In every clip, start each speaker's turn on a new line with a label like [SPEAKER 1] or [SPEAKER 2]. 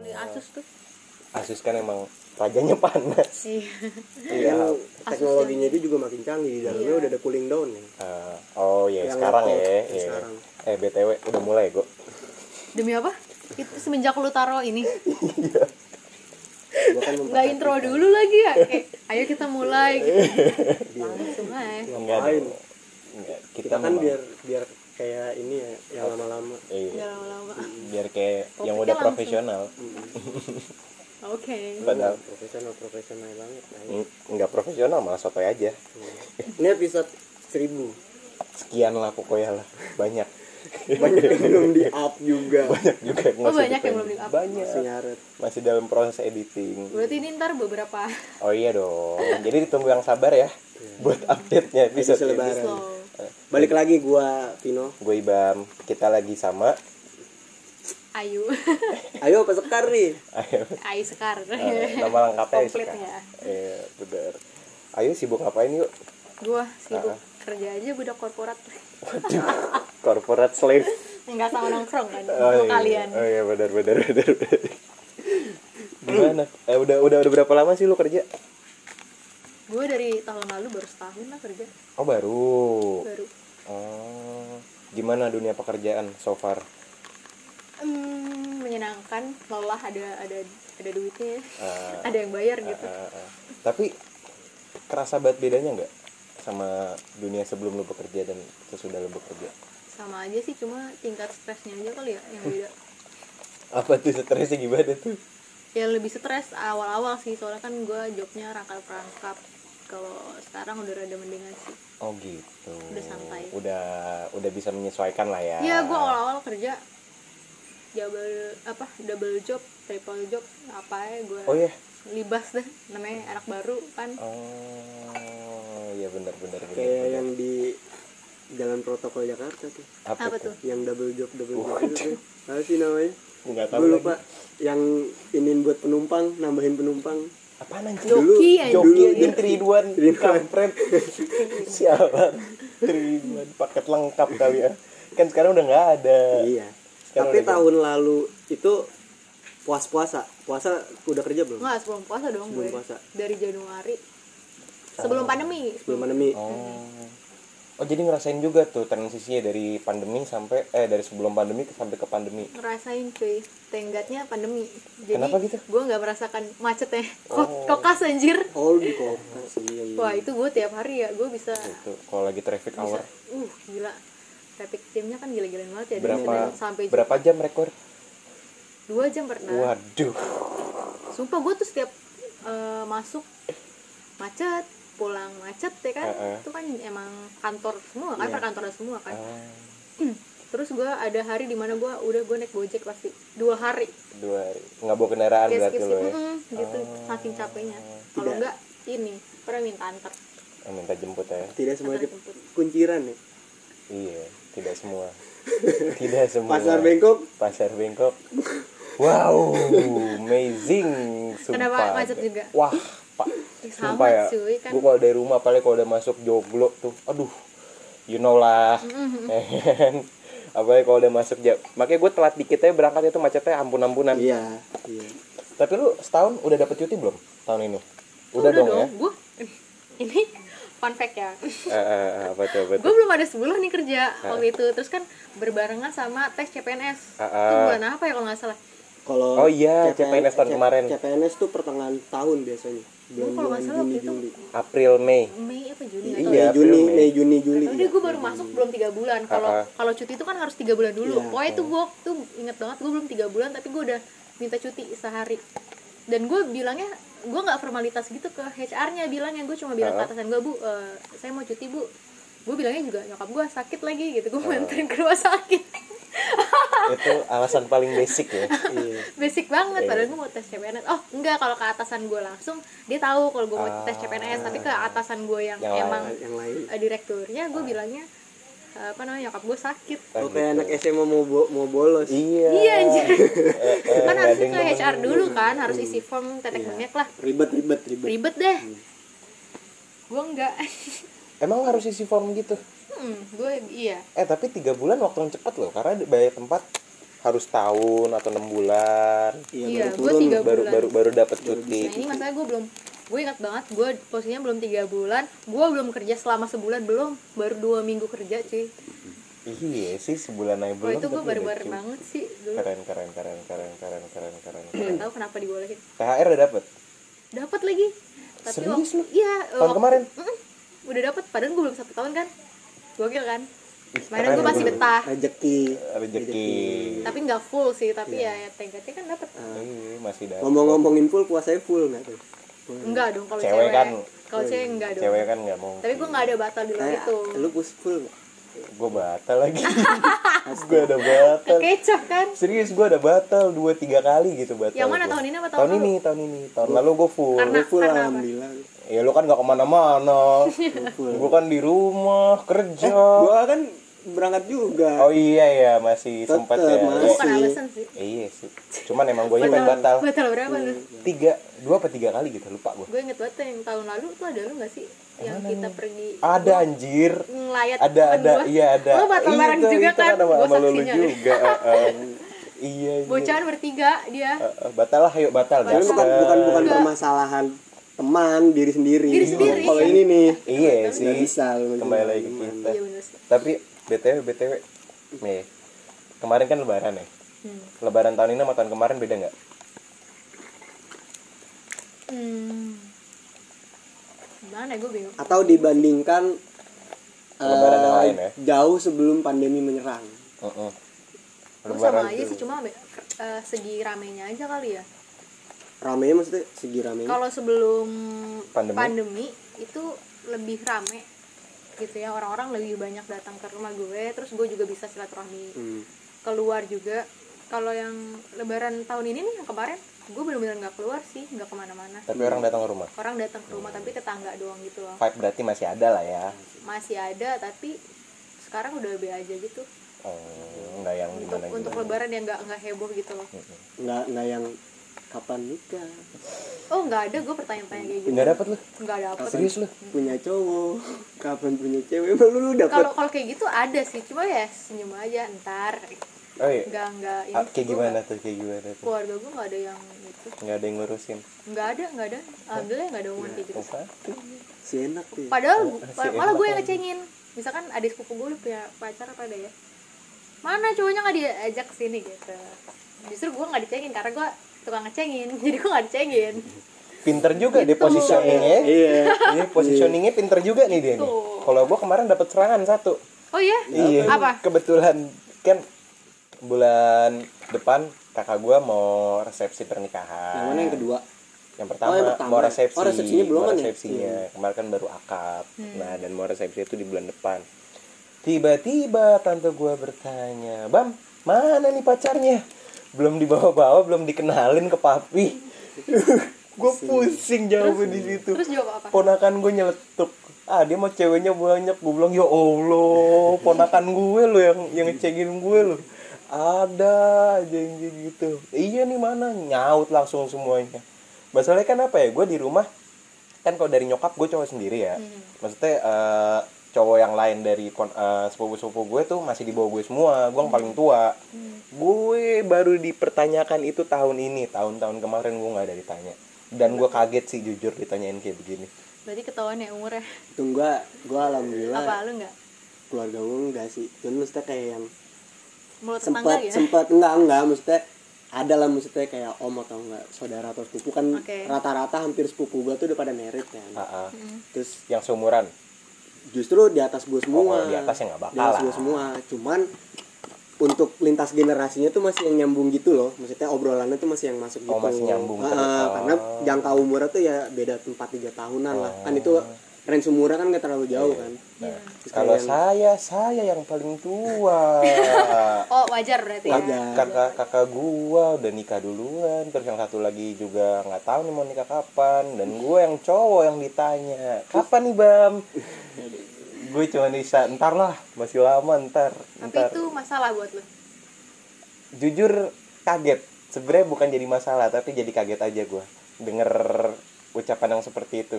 [SPEAKER 1] panas tuh
[SPEAKER 2] Asus kan emang rajanya panas
[SPEAKER 1] sih
[SPEAKER 2] iya
[SPEAKER 3] Dan teknologinya dia juga makin canggih di dalamnya
[SPEAKER 1] Iya.
[SPEAKER 3] udah ada cooling down ya.
[SPEAKER 2] Eh, oh iya
[SPEAKER 3] Yang
[SPEAKER 2] sekarang ya
[SPEAKER 3] laptop, yang
[SPEAKER 2] iya.
[SPEAKER 3] sekarang.
[SPEAKER 2] eh btw udah mulai gue
[SPEAKER 1] demi apa itu semenjak lu taro ini
[SPEAKER 3] Gua kan
[SPEAKER 1] nggak intro
[SPEAKER 2] Iya.
[SPEAKER 1] dulu lagi ya kayak ayo kita mulai gitu. langsung aja
[SPEAKER 3] Ngapain?
[SPEAKER 2] kita,
[SPEAKER 3] Kita kan
[SPEAKER 2] memang-
[SPEAKER 3] biar biar kayak ini ya yang lama-lama.
[SPEAKER 1] nggak
[SPEAKER 2] iya,
[SPEAKER 1] lama-lama
[SPEAKER 2] biar
[SPEAKER 1] Ya.
[SPEAKER 2] kayak yang
[SPEAKER 1] Topiknya
[SPEAKER 2] udah
[SPEAKER 1] langsung.
[SPEAKER 2] profesional
[SPEAKER 1] oke
[SPEAKER 2] Padahal-
[SPEAKER 3] profesional profesional banget. Nah, ini.
[SPEAKER 2] Eng- nggak profesional malah sotoy aja
[SPEAKER 3] ini episode 1000
[SPEAKER 2] sekian lah pokoknya lah banyak
[SPEAKER 3] banyak yang belum di up juga
[SPEAKER 2] banyak juga yang
[SPEAKER 1] Oh,
[SPEAKER 2] masih
[SPEAKER 1] banyak yang
[SPEAKER 2] dipen-
[SPEAKER 1] belum di-up.
[SPEAKER 2] banyak
[SPEAKER 3] masih nyaret
[SPEAKER 2] masih dalam proses editing
[SPEAKER 1] berarti ini ntar beberapa
[SPEAKER 2] oh iya dong jadi ditunggu yang sabar ya buat update nya episode ini
[SPEAKER 3] Episode Iya. lebaran.
[SPEAKER 1] slow
[SPEAKER 3] balik lagi gua Vino
[SPEAKER 2] gue ibam kita lagi sama
[SPEAKER 1] ayu
[SPEAKER 3] ayo pesekar nih
[SPEAKER 2] ayo
[SPEAKER 1] ayu sekar
[SPEAKER 2] eh, nama lengkapnya
[SPEAKER 1] Komplit
[SPEAKER 2] Iska.
[SPEAKER 1] ya.
[SPEAKER 2] iya benar ayo sibuk ngapain yuk
[SPEAKER 1] gua sibuk
[SPEAKER 2] Ah.
[SPEAKER 1] kerja aja budak korporat
[SPEAKER 2] Waduh, corporate slave
[SPEAKER 1] nggak sama nongkrong kan
[SPEAKER 2] Oh,
[SPEAKER 1] sama
[SPEAKER 2] iya.
[SPEAKER 1] kalian
[SPEAKER 2] oh iya benar benar benar benar. gimana eh, udah udah udah berapa lama sih lu kerja
[SPEAKER 1] gua dari tahun lalu baru setahun lah kerja
[SPEAKER 2] oh baru
[SPEAKER 1] baru
[SPEAKER 2] oh gimana dunia pekerjaan so far
[SPEAKER 1] Hmm, menyenangkan lelah ada ada ada duitnya
[SPEAKER 2] Ah.
[SPEAKER 1] ada yang bayar gitu
[SPEAKER 2] Ah, ah, ah. tapi kerasa banget bedanya nggak sama dunia sebelum lu bekerja dan sesudah lu bekerja
[SPEAKER 1] sama aja sih cuma tingkat stresnya aja kali ya yang beda
[SPEAKER 2] apa tuh stresnya gimana tuh
[SPEAKER 1] ya lebih stres awal-awal sih soalnya kan gua jobnya rangkap rangkap kalau sekarang udah rada mendingan sih
[SPEAKER 2] oh gitu
[SPEAKER 1] Udah santai.
[SPEAKER 2] udah udah bisa menyesuaikan lah ya
[SPEAKER 1] ya
[SPEAKER 3] Ah.
[SPEAKER 1] gua awal-awal kerja double apa double job triple job apa ya gue
[SPEAKER 3] iya.
[SPEAKER 2] oh ya
[SPEAKER 1] libas deh namanya anak baru kan
[SPEAKER 2] oh ya benar benar benar
[SPEAKER 3] kayak
[SPEAKER 2] benar.
[SPEAKER 3] yang di jalan protokol Jakarta tuh
[SPEAKER 2] apa,
[SPEAKER 1] Apa
[SPEAKER 2] tuh
[SPEAKER 1] tuh?
[SPEAKER 3] yang double job double job
[SPEAKER 2] Waduh.
[SPEAKER 3] itu tuh. apa sih namanya
[SPEAKER 2] nggak tahu
[SPEAKER 3] gue
[SPEAKER 2] lagi.
[SPEAKER 3] lupa yang ingin buat penumpang nambahin penumpang
[SPEAKER 2] apaan
[SPEAKER 1] Joki
[SPEAKER 2] anjing
[SPEAKER 3] Dulu-
[SPEAKER 1] anjing.
[SPEAKER 2] joki
[SPEAKER 3] dulu-
[SPEAKER 2] aja triduan
[SPEAKER 3] Triduan.
[SPEAKER 2] kampret sialan triduan paket lengkap kali ya kan sekarang udah nggak ada
[SPEAKER 3] iya
[SPEAKER 2] Sekarang
[SPEAKER 3] tapi
[SPEAKER 2] udah
[SPEAKER 3] tahun lalu itu puas puasa puasa udah kerja belum
[SPEAKER 1] nggak sebelum puasa dong gue
[SPEAKER 3] Sebelum puasa.
[SPEAKER 1] dari Januari sebelum pandemi
[SPEAKER 3] sebelum pandemi
[SPEAKER 2] Oh. Oh jadi ngerasain juga tuh transisinya dari pandemi sampai eh dari sebelum pandemi ke sampai ke pandemi.
[SPEAKER 1] ngerasain cuy tenggatnya pandemi jadi
[SPEAKER 2] Kenapa gitu?
[SPEAKER 1] gue nggak merasakan macetnya kok
[SPEAKER 2] Oh.
[SPEAKER 1] kokas anjir
[SPEAKER 3] all di kokas iya, iya.
[SPEAKER 1] wah itu gue tiap hari ya gue bisa
[SPEAKER 2] Itu Gitu. kalau lagi traffic hour
[SPEAKER 1] uh gila traffic jamnya kan gila-gilaan banget ya dari
[SPEAKER 2] berapa
[SPEAKER 1] Medan sampai Nah. Jogja.
[SPEAKER 2] berapa jam rekor?
[SPEAKER 1] dua jam pernah
[SPEAKER 2] Waduh.
[SPEAKER 1] sumpah gue tuh setiap eh, masuk macet pulang macet ya kan
[SPEAKER 2] Heeh.
[SPEAKER 1] itu kan emang kantor semua kan
[SPEAKER 3] Iya.
[SPEAKER 1] perkantoran semua kan
[SPEAKER 2] Ah,
[SPEAKER 1] terus gue ada hari dimana gue udah gue naik gojek pasti dua hari
[SPEAKER 2] dua hari. nggak bawa kendaraan
[SPEAKER 1] kayak
[SPEAKER 2] berarti
[SPEAKER 1] skip
[SPEAKER 2] lo ya.
[SPEAKER 1] gitu saking capeknya kalau
[SPEAKER 3] Tidak.
[SPEAKER 1] enggak ini pernah minta antar
[SPEAKER 2] Eh, minta jemput ya.
[SPEAKER 3] tidak semua
[SPEAKER 1] Antar
[SPEAKER 3] itu
[SPEAKER 1] jemput.
[SPEAKER 3] kunciran ya
[SPEAKER 2] Iya, tidak semua. tidak semua.
[SPEAKER 3] pasar bengkok
[SPEAKER 2] Pasar Bengkok. Wow, amazing. Sumpah.
[SPEAKER 1] Kenapa macet juga?
[SPEAKER 2] Wah, Pak.
[SPEAKER 1] Ih, sama
[SPEAKER 2] Sumpah ya.
[SPEAKER 1] cuy, kan.
[SPEAKER 2] Gue kalau dari rumah paling kalau udah masuk joglo tuh, aduh. You know lah. Kan? Apalagi kalau udah masuk jam. Makanya gue telat dikit aja berangkat itu macetnya ampun-ampunan.
[SPEAKER 3] iya iya
[SPEAKER 2] Tapi lu setahun udah dapet cuti belum tahun ini?
[SPEAKER 1] Oh,
[SPEAKER 2] Udah, dong, ya.
[SPEAKER 1] gue ini fun fact ya
[SPEAKER 2] Eh, eh, eh, apa tuh,
[SPEAKER 1] gue
[SPEAKER 2] apa tuh?
[SPEAKER 1] belum ada sebulan nih kerja waktu itu terus kan berbarengan sama tes CPNS
[SPEAKER 2] Ah,
[SPEAKER 1] itu
[SPEAKER 2] ah.
[SPEAKER 1] bulan apa ya kalau nggak salah
[SPEAKER 3] kalau
[SPEAKER 2] Oh iya,
[SPEAKER 3] CPN
[SPEAKER 2] CPNS tahun
[SPEAKER 3] C-
[SPEAKER 2] kemarin.
[SPEAKER 3] CPNS tuh pertengahan tahun biasanya
[SPEAKER 1] gue Oh, kalau nggak salah waktu itu
[SPEAKER 2] April Mei.
[SPEAKER 1] Mei apa Juni nggak tahu ya?
[SPEAKER 3] Mei
[SPEAKER 2] Iya,
[SPEAKER 3] Juni
[SPEAKER 2] April, Mei.
[SPEAKER 3] Mei Juni Juli
[SPEAKER 1] Tapi gue baru masuk belum tiga bulan. Kalau
[SPEAKER 2] Ah, ah.
[SPEAKER 1] kalau cuti itu kan harus tiga bulan dulu.
[SPEAKER 3] Iya.
[SPEAKER 1] Pokoknya itu gue tuh inget banget gue belum tiga bulan tapi gue udah minta cuti sehari. Dan gue bilangnya gue nggak formalitas gitu ke HR-nya bilangnya gue cuma bilang
[SPEAKER 2] Ah.
[SPEAKER 1] ke atasan gue bu eh, saya mau cuti bu. Gue bilangnya juga nyokap gue sakit lagi gitu gue mau anterin ke rumah sakit.
[SPEAKER 2] itu alasan paling basic ya.
[SPEAKER 3] iya
[SPEAKER 1] Basic banget padahal gue mau tes CPNS. Oh enggak kalau ke atasan gue langsung dia tahu kalau gue mau tes CPNS tapi ke atasan gue yang,
[SPEAKER 2] Yang lain.
[SPEAKER 1] emang
[SPEAKER 3] yang lain
[SPEAKER 1] eh, direkturnya gue bilangnya eh, apa namanya nyokap gue sakit
[SPEAKER 3] Oh kayak anak SMA mau bo- mau bolos.
[SPEAKER 2] Iya.
[SPEAKER 1] Iya anjir.
[SPEAKER 2] Eh, eh,
[SPEAKER 1] kan
[SPEAKER 2] nggak ada
[SPEAKER 1] harusnya
[SPEAKER 2] yang
[SPEAKER 1] ke
[SPEAKER 2] nemenin.
[SPEAKER 1] HR dulu kan, harus isi form
[SPEAKER 2] Iya.
[SPEAKER 1] tetek bengek lah.
[SPEAKER 3] Ribet ribet ribet.
[SPEAKER 1] Ribet deh.
[SPEAKER 2] Hmm.
[SPEAKER 1] Gue enggak.
[SPEAKER 2] Emang harus isi form gitu?
[SPEAKER 1] hmm, gue iya.
[SPEAKER 2] Eh tapi tiga bulan waktu yang cepat loh karena bayar tempat harus tahun atau enam bulan
[SPEAKER 1] Iya,
[SPEAKER 3] baru
[SPEAKER 1] gua
[SPEAKER 3] turun.
[SPEAKER 1] tiga-
[SPEAKER 2] baru
[SPEAKER 1] bulan.
[SPEAKER 2] baru baru dapat
[SPEAKER 3] Baru
[SPEAKER 1] Nah
[SPEAKER 2] cuti
[SPEAKER 1] ini masalah gue belum Gue ingat banget gue posisinya belum tiga bulan Gue belum kerja selama sebulan belum Baru dua minggu kerja cuy
[SPEAKER 2] iya sih sebulan
[SPEAKER 1] Wah
[SPEAKER 2] naik
[SPEAKER 1] Oh,
[SPEAKER 2] belum
[SPEAKER 1] itu gue
[SPEAKER 2] tapi udah
[SPEAKER 1] barbar
[SPEAKER 2] cuti.
[SPEAKER 1] banget sih dulu
[SPEAKER 2] keren keren keren keren keren keren keren
[SPEAKER 1] Gak tau kenapa dibolehin
[SPEAKER 2] THR udah dapet
[SPEAKER 1] Dapat lagi Tapi
[SPEAKER 2] Serius
[SPEAKER 1] waktu,
[SPEAKER 2] lu?
[SPEAKER 1] Iya eh,
[SPEAKER 2] tahun
[SPEAKER 1] waktu-
[SPEAKER 2] kemarin
[SPEAKER 1] Mm-mm. Udah dapat padahal gue belum satu tahun kan Gokil kan
[SPEAKER 2] Ih,
[SPEAKER 1] Kemarin
[SPEAKER 2] keren
[SPEAKER 1] gue
[SPEAKER 2] lu.
[SPEAKER 1] masih betah
[SPEAKER 3] Rezeki.
[SPEAKER 2] rezeki
[SPEAKER 1] Tapi nggak full sih Tapi ya, ya tengkatnya kan dapat
[SPEAKER 3] Ah,
[SPEAKER 2] Iya, masih dapet
[SPEAKER 3] Ngomong-ngomongin full puasanya full nggak tuh? Full.
[SPEAKER 1] Enggak dong kalau
[SPEAKER 2] Cewek
[SPEAKER 1] cewek,
[SPEAKER 2] kan.
[SPEAKER 1] Kalau cewek enggak dong
[SPEAKER 2] cewek kan nggak mau
[SPEAKER 1] Tapi gue nggak ada batal gitu. di luar
[SPEAKER 3] Kayak
[SPEAKER 1] itu
[SPEAKER 3] lu push full nggak?
[SPEAKER 2] gue batal lagi gue ada batal
[SPEAKER 1] Kecap kan
[SPEAKER 2] serius gue ada batal dua tiga kali gitu batal
[SPEAKER 1] Yang mana,
[SPEAKER 2] gua.
[SPEAKER 1] tahun ini apa tahun
[SPEAKER 2] tahun
[SPEAKER 1] lalu?
[SPEAKER 2] ini tahun ini tahun lalu gue full
[SPEAKER 3] Lu full
[SPEAKER 1] karena apa?
[SPEAKER 3] alhamdulillah.
[SPEAKER 2] ya lu kan gak kemana-mana
[SPEAKER 3] Lu full.
[SPEAKER 2] gue kan di rumah kerja
[SPEAKER 3] Gua kan berangkat juga.
[SPEAKER 2] oh iya ya masih
[SPEAKER 3] Tetep,
[SPEAKER 2] sempat ya
[SPEAKER 1] Itu
[SPEAKER 3] Mas.
[SPEAKER 1] bukan
[SPEAKER 3] Sih.
[SPEAKER 1] alasan sih
[SPEAKER 2] iya sih cuman emang gue pengen batal
[SPEAKER 1] Batal berapa
[SPEAKER 3] Iya.
[SPEAKER 1] lu?
[SPEAKER 2] tiga dua apa tiga kali gitu lupa gue
[SPEAKER 1] Gue inget banget yang tahun lalu tuh ada lu gak sih? Yang kita pergi
[SPEAKER 2] ada anjir
[SPEAKER 1] ngelayat
[SPEAKER 2] Ah, ada
[SPEAKER 1] temen
[SPEAKER 2] ada
[SPEAKER 1] gua.
[SPEAKER 2] iya ada
[SPEAKER 1] Lo batal
[SPEAKER 2] Iya,
[SPEAKER 1] bareng
[SPEAKER 2] itu-
[SPEAKER 1] juga
[SPEAKER 2] itu
[SPEAKER 1] kan? Gue
[SPEAKER 2] sama, sama lu
[SPEAKER 1] saksinya deh.
[SPEAKER 2] juga eh, eh. iya iya.
[SPEAKER 1] Bocahan bertiga dia
[SPEAKER 2] Eh, eh, batal lah ayo batal
[SPEAKER 1] Batal.
[SPEAKER 3] Jadi
[SPEAKER 2] guys.
[SPEAKER 3] kan bukan bukan bukan
[SPEAKER 1] Enggak.
[SPEAKER 3] permasalahan teman diri sendiri.
[SPEAKER 1] Diri sendiri,
[SPEAKER 3] Kalau
[SPEAKER 1] iya.
[SPEAKER 3] ini nih
[SPEAKER 2] iya
[SPEAKER 3] nggak
[SPEAKER 2] sih
[SPEAKER 3] bisa lu gitu.
[SPEAKER 2] kembali lagi ke kita
[SPEAKER 1] Iya bener sih
[SPEAKER 2] tapi btw btw nih kemarin kan lebaran ya
[SPEAKER 1] Hmm.
[SPEAKER 2] lebaran tahun ini sama tahun kemarin beda nggak
[SPEAKER 1] Hmm. Gimana gue bingung
[SPEAKER 3] Atau dibandingkan
[SPEAKER 2] Lebaran yang
[SPEAKER 3] eh,
[SPEAKER 2] lain ya?
[SPEAKER 3] Jauh sebelum pandemi menyerang.
[SPEAKER 2] Mm-mm.
[SPEAKER 1] Gue sama
[SPEAKER 2] Lebaran gitu.
[SPEAKER 1] aja
[SPEAKER 2] tuh.
[SPEAKER 1] sih cuma eh, segi ramenya aja kali ya
[SPEAKER 3] Ramenya maksudnya segi ramenya.
[SPEAKER 1] Kalau sebelum
[SPEAKER 2] Pandemi.
[SPEAKER 1] pandemi. itu lebih rame gitu ya orang-orang lebih banyak datang ke rumah gue terus gue juga bisa silaturahmi
[SPEAKER 3] Hmm.
[SPEAKER 1] keluar juga kalau yang lebaran tahun ini nih yang kemarin gue bener-bener nggak keluar sih nggak kemana-mana
[SPEAKER 2] tapi orang datang ke rumah
[SPEAKER 1] orang datang ke rumah
[SPEAKER 2] Hmm.
[SPEAKER 1] tapi tetangga doang gitu loh
[SPEAKER 2] vibe berarti masih ada lah ya
[SPEAKER 1] masih ada tapi sekarang udah be aja gitu
[SPEAKER 2] Oh, nggak yang
[SPEAKER 1] untuk
[SPEAKER 2] gimana
[SPEAKER 1] untuk
[SPEAKER 2] gimana
[SPEAKER 1] lebaran yang nggak nggak heboh gitu loh
[SPEAKER 3] Nggak nggak yang kapan nikah
[SPEAKER 1] oh nggak ada gue pertanyaan-pertanyaan kayak gitu
[SPEAKER 2] nggak dapet lu
[SPEAKER 1] nggak dapet
[SPEAKER 2] serius lu
[SPEAKER 3] punya cowok kapan punya cewek Emang lu, lu dapet
[SPEAKER 1] kalau kalau kayak gitu ada sih cuma ya senyum aja ntar
[SPEAKER 2] oh iya
[SPEAKER 1] nggak nggak ini
[SPEAKER 2] Ah,
[SPEAKER 1] sih,
[SPEAKER 2] kayak
[SPEAKER 1] gua
[SPEAKER 2] gimana
[SPEAKER 1] nggak-
[SPEAKER 2] tuh kayak gimana tuh
[SPEAKER 1] keluarga gue nggak ada yang itu
[SPEAKER 2] nggak ada yang ngurusin
[SPEAKER 1] nggak ada nggak ada alhamdulillah nggak ada omongan kayak gitu
[SPEAKER 2] Apa?
[SPEAKER 3] si enak tuh ya.
[SPEAKER 1] padahal gua-
[SPEAKER 2] Si
[SPEAKER 1] malah gue yang
[SPEAKER 2] Iya, enak
[SPEAKER 1] ngecengin misalkan adik sepupu gue udah punya pacar apa ada ya mana cowoknya nggak diajak sini gitu justru gue nggak dicengin karena gue tukang ngecengin jadi gue nggak dicengin
[SPEAKER 2] pinter juga deh
[SPEAKER 1] Gitu.
[SPEAKER 2] positioningnya
[SPEAKER 3] iya
[SPEAKER 2] Iya, positioningnya pinter juga nih dia nih.
[SPEAKER 1] Tuh.
[SPEAKER 2] Kalau gua kemarin dapat serangan satu.
[SPEAKER 1] oh iya
[SPEAKER 2] Iya.
[SPEAKER 1] apa
[SPEAKER 2] Kebetulan kan bulan depan kakak gua mau resepsi pernikahan.
[SPEAKER 3] yang mana yang kedua
[SPEAKER 2] Yang pertama,
[SPEAKER 3] Oh, yang pertama.
[SPEAKER 2] mau resepsi.
[SPEAKER 3] Oh, resepsinya belum
[SPEAKER 2] mau
[SPEAKER 3] kan ya? Hmm.
[SPEAKER 2] resepsinya. Kemarin kan baru akad. Nah, dan mau resepsi itu di bulan depan. Tiba-tiba tante gua bertanya, "Bam, mana nih pacarnya?" Belum dibawa-bawa, belum dikenalin ke papi. gue pusing jauh di situ
[SPEAKER 1] terus jawab apa
[SPEAKER 2] ponakan gue nyeletuk ah dia mau ceweknya banyak gue bilang ya allah ponakan gue lo yang yang ngecengin gue lo ada aja yang kayak gitu iya nih mana nyaut langsung semuanya masalahnya kan apa ya gue di rumah kan kalau dari nyokap gue cowok sendiri ya maksudnya eh, cowok yang lain dari pon- eh, sepupu-sepupu gue tuh masih di bawah gue semua gue yang paling tua gue baru dipertanyakan itu tahun ini tahun-tahun kemarin gue nggak ada ditanya dan gue kaget sih jujur ditanyain kayak begini
[SPEAKER 1] berarti ketahuan ya umurnya
[SPEAKER 3] tuh gua
[SPEAKER 2] Iya.
[SPEAKER 3] gua alhamdulillah
[SPEAKER 1] apa lu nggak
[SPEAKER 3] keluarga gua enggak sih cuman maksudnya kayak yang
[SPEAKER 1] mulut tetangga
[SPEAKER 3] sempat
[SPEAKER 1] ya
[SPEAKER 3] sempat enggak enggak maksudnya ada lah maksudnya kayak om atau enggak saudara atau sepupu kan
[SPEAKER 1] Oke.
[SPEAKER 3] rata-rata hampir sepupu gua tuh udah pada merit kan
[SPEAKER 2] Ah, ah.
[SPEAKER 3] terus
[SPEAKER 2] yang seumuran
[SPEAKER 3] justru di atas gua
[SPEAKER 2] Oh,
[SPEAKER 3] semua
[SPEAKER 2] kalau di atas ya nggak bakal
[SPEAKER 3] di atas
[SPEAKER 2] lah.
[SPEAKER 3] gua semua cuman untuk lintas generasinya tuh masih yang nyambung gitu loh maksudnya obrolannya tuh masih yang masuk gitu
[SPEAKER 2] Oh, masih nyambung
[SPEAKER 3] Ah,
[SPEAKER 2] terus.
[SPEAKER 3] ah,
[SPEAKER 2] Oh.
[SPEAKER 3] karena jangka umurnya tuh ya beda tempat tiga tahunan lah kan itu
[SPEAKER 2] Oh.
[SPEAKER 3] range umurnya kan nggak terlalu jauh kan
[SPEAKER 2] Nah,
[SPEAKER 3] Terus
[SPEAKER 2] kalau
[SPEAKER 3] kayak
[SPEAKER 2] saya saya yang paling tua
[SPEAKER 1] oh wajar berarti ya
[SPEAKER 3] Wajar.
[SPEAKER 2] kakak kakak gua udah nikah duluan terus yang satu lagi juga nggak tahu nih mau nikah kapan dan gua yang cowok yang ditanya kapan nih bam gue cuma bisa ntar lah masih lama ntar
[SPEAKER 1] tapi
[SPEAKER 2] ntar
[SPEAKER 1] itu masalah buat lu
[SPEAKER 2] jujur kaget sebenarnya bukan jadi masalah tapi jadi kaget aja gua denger ucapan yang seperti itu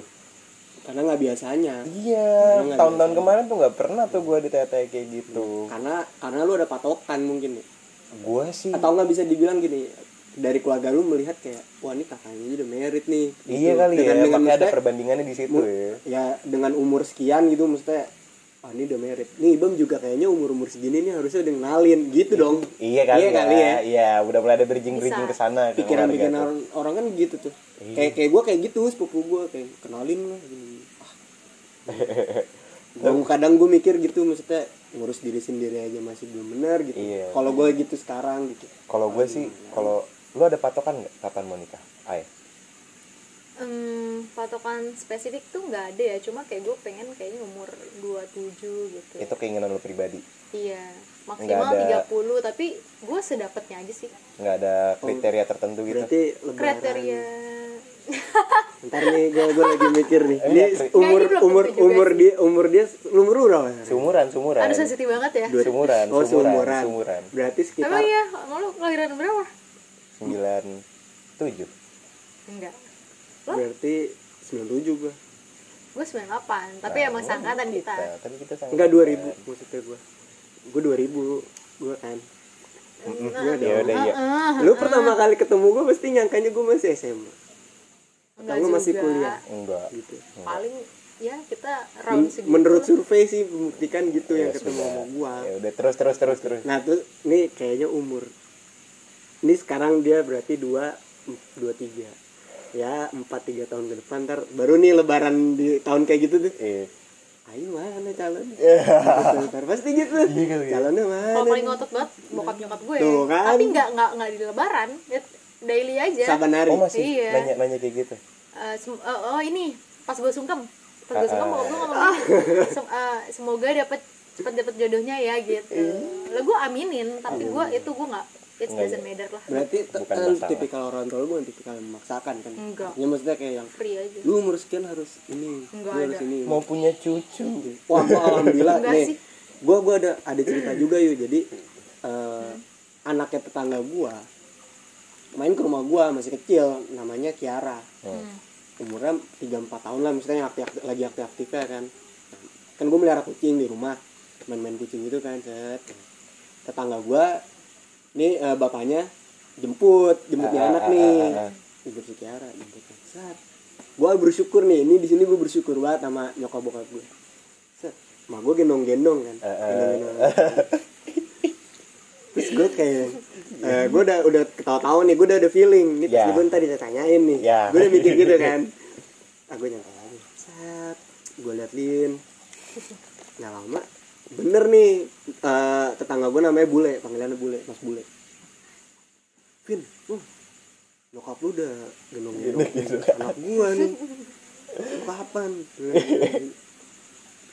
[SPEAKER 3] karena nggak biasanya
[SPEAKER 2] Iya,
[SPEAKER 3] Karena nggak
[SPEAKER 2] tahun-tahahun kemarin tuh nggak pernah tuh gue ditanya kayak gitu.
[SPEAKER 3] karena karena lu ada patokan mungkin ya
[SPEAKER 2] gue sih
[SPEAKER 3] atau nggak bisa dibilang gini dari keluarga lu melihat kayak wah ini kakaknya udah merit nih
[SPEAKER 2] iya
[SPEAKER 3] Gitu.
[SPEAKER 2] kali ya
[SPEAKER 3] dengan, dengan
[SPEAKER 2] makanya ada
[SPEAKER 3] maksudnya,
[SPEAKER 2] perbandingannya di situ
[SPEAKER 3] mu-
[SPEAKER 2] ya
[SPEAKER 3] ya dengan umur sekian gitu maksudnya wah ini udah merit nih ibam juga kayaknya umur umur segini nih harusnya udah ngenalin gitu dong
[SPEAKER 2] iya kali
[SPEAKER 3] iya
[SPEAKER 2] ya
[SPEAKER 3] kali ya.
[SPEAKER 2] iya udah mulai ada bridging bridging
[SPEAKER 1] Bisa.
[SPEAKER 2] ke sana ke
[SPEAKER 3] pikiran
[SPEAKER 2] keluarga
[SPEAKER 3] pikiran
[SPEAKER 2] tuh.
[SPEAKER 3] orang, orang kan gitu tuh
[SPEAKER 2] Iya.
[SPEAKER 3] kayak kayak gue kayak gitu sepupu gue kayak kenalin lah gini ah. Gua- kadang gue mikir gitu maksudnya ngurus diri sendiri aja masih belum benar gitu
[SPEAKER 2] Iya.
[SPEAKER 3] kalau gue gitu sekarang gitu
[SPEAKER 2] kalau gue sih kalau lu ada patokan nggak kapan mau nikah ay
[SPEAKER 1] Em, Mmm, patokan spesifik tuh nggak ada ya cuma kayak gue pengen kayaknya umur 27 gitu
[SPEAKER 2] itu keinginan lu pribadi
[SPEAKER 1] iya maksimal
[SPEAKER 2] Nggak ada.
[SPEAKER 1] 30 tapi gue sedapatnya aja sih
[SPEAKER 2] nggak ada kriteria tertentu gitu
[SPEAKER 3] Oh. berarti lebaran
[SPEAKER 1] kriteria
[SPEAKER 3] ntar nih gue gue lagi mikir nih
[SPEAKER 2] Eh,
[SPEAKER 3] ini
[SPEAKER 2] iya, Tri.
[SPEAKER 3] umur
[SPEAKER 1] Kayaknya belum
[SPEAKER 3] umur
[SPEAKER 1] tentu juga
[SPEAKER 3] umur
[SPEAKER 1] sih.
[SPEAKER 3] dia umur dia umur lu berapa ya?
[SPEAKER 2] sumuran sumuran
[SPEAKER 1] aduh sensitif banget ya
[SPEAKER 3] Dua-
[SPEAKER 2] Seumuran,
[SPEAKER 3] oh,
[SPEAKER 2] seumuran,
[SPEAKER 3] seumuran.
[SPEAKER 2] seumuran.
[SPEAKER 3] berarti sekitar
[SPEAKER 1] emang iya mau lu kelahiran berapa
[SPEAKER 2] sembilan tujuh
[SPEAKER 1] enggak Lo?
[SPEAKER 3] berarti 97 gue
[SPEAKER 1] gue 98 tapi
[SPEAKER 3] Nah,
[SPEAKER 1] emang
[SPEAKER 3] oh,
[SPEAKER 1] sangkatan
[SPEAKER 3] gitu.
[SPEAKER 1] kita
[SPEAKER 2] Nah, tapi kita sangat
[SPEAKER 3] enggak 2000 maksudnya gue gue 2000 gue kan
[SPEAKER 1] Nah,
[SPEAKER 3] Iya
[SPEAKER 2] ya
[SPEAKER 3] dong.
[SPEAKER 2] udah iya
[SPEAKER 1] Ah,
[SPEAKER 3] lu pertama kali ketemu gue pesti nyangkanya gue masih SMA
[SPEAKER 1] Enggak
[SPEAKER 3] Atau Nah, lu masih
[SPEAKER 1] juga.
[SPEAKER 3] kuliah?
[SPEAKER 2] enggak
[SPEAKER 3] gitu
[SPEAKER 1] paling ya kita round
[SPEAKER 3] Men-
[SPEAKER 1] segitu
[SPEAKER 3] menurut survei sih membuktikan gitu
[SPEAKER 2] Ya
[SPEAKER 3] yang ketemu
[SPEAKER 2] sudah.
[SPEAKER 3] sama gue
[SPEAKER 2] ya udah terus terus terus terus
[SPEAKER 3] nah tuh nih kayaknya umur ini sekarang dia berarti dua dua tiga ya empat tiga tahun ke depan ntar baru nih lebaran di tahun kayak gitu tuh
[SPEAKER 2] eh
[SPEAKER 3] ayo mana calon Gitu, ntar pasti gitu
[SPEAKER 2] Iya kali ya.
[SPEAKER 3] calonnya mana
[SPEAKER 1] kalau paling ngotot banget bokap nyokap gue ya.
[SPEAKER 3] Tuh kan.
[SPEAKER 1] tapi nggak nggak nggak di lebaran ya daily aja
[SPEAKER 3] sabanari
[SPEAKER 2] oh masih
[SPEAKER 1] Iya.
[SPEAKER 2] nanya nanya kayak gitu
[SPEAKER 1] Eh, sem- eh, oh ini pas gue sungkem pas gue sungkem bokap gue ngomong gini "Sem- eh, semoga dapat cepat dapat jodohnya ya gitu lah gue aminin tapi gue itu gue nggak it doesn't matter lah
[SPEAKER 3] berarti t-
[SPEAKER 2] Bukan
[SPEAKER 3] eh,
[SPEAKER 2] masalah.
[SPEAKER 3] tipikal orang tua lu bukan tipikal yang memaksakan kan
[SPEAKER 1] Enggak.
[SPEAKER 3] ya maksudnya kayak yang
[SPEAKER 1] free aja
[SPEAKER 3] lu umur sekian harus ini
[SPEAKER 1] Enggak
[SPEAKER 3] lu harus
[SPEAKER 1] ada.
[SPEAKER 3] ini
[SPEAKER 2] mau punya cucu
[SPEAKER 3] wah gua alhamdulillah
[SPEAKER 1] Enggak
[SPEAKER 3] nih
[SPEAKER 1] sih.
[SPEAKER 3] gua gua ada ada cerita juga yuk jadi eh, anaknya tetangga gua main ke rumah gua masih kecil namanya Kiara
[SPEAKER 1] Hmm.
[SPEAKER 3] umurnya 3-4 tahun lah misalnya yang aktif, lagi aktif-aktifnya kan kan gue melihara kucing di rumah main-main kucing gitu kan set tetangga gua nih eh, bapaknya jemput jemputnya
[SPEAKER 2] Ah,
[SPEAKER 3] anak
[SPEAKER 2] ah,
[SPEAKER 3] nih
[SPEAKER 2] ah, ah, ah.
[SPEAKER 3] jemput si Kiara jemput set gue bersyukur nih ini di sini gue bersyukur banget sama nyokap bokap gue set mak gue gendong-gendong kan
[SPEAKER 2] Eh,
[SPEAKER 3] gendong-gendong terus gue kayak gue udah udah ketawa-tawa nih gue udah ada feeling nih
[SPEAKER 2] Ya.
[SPEAKER 3] pasti gue ntar ditanyain nih
[SPEAKER 2] Ya.
[SPEAKER 3] gue udah mikir gitu kan ah gue nyangka lagi set gue liatin nggak lama bener nih eh, tetangga gue namanya bule panggilannya bule mas bule Vin, lu nyokap lu udah gendong-gendong
[SPEAKER 2] Iya, gitu.
[SPEAKER 3] anak gua nih Lu kapan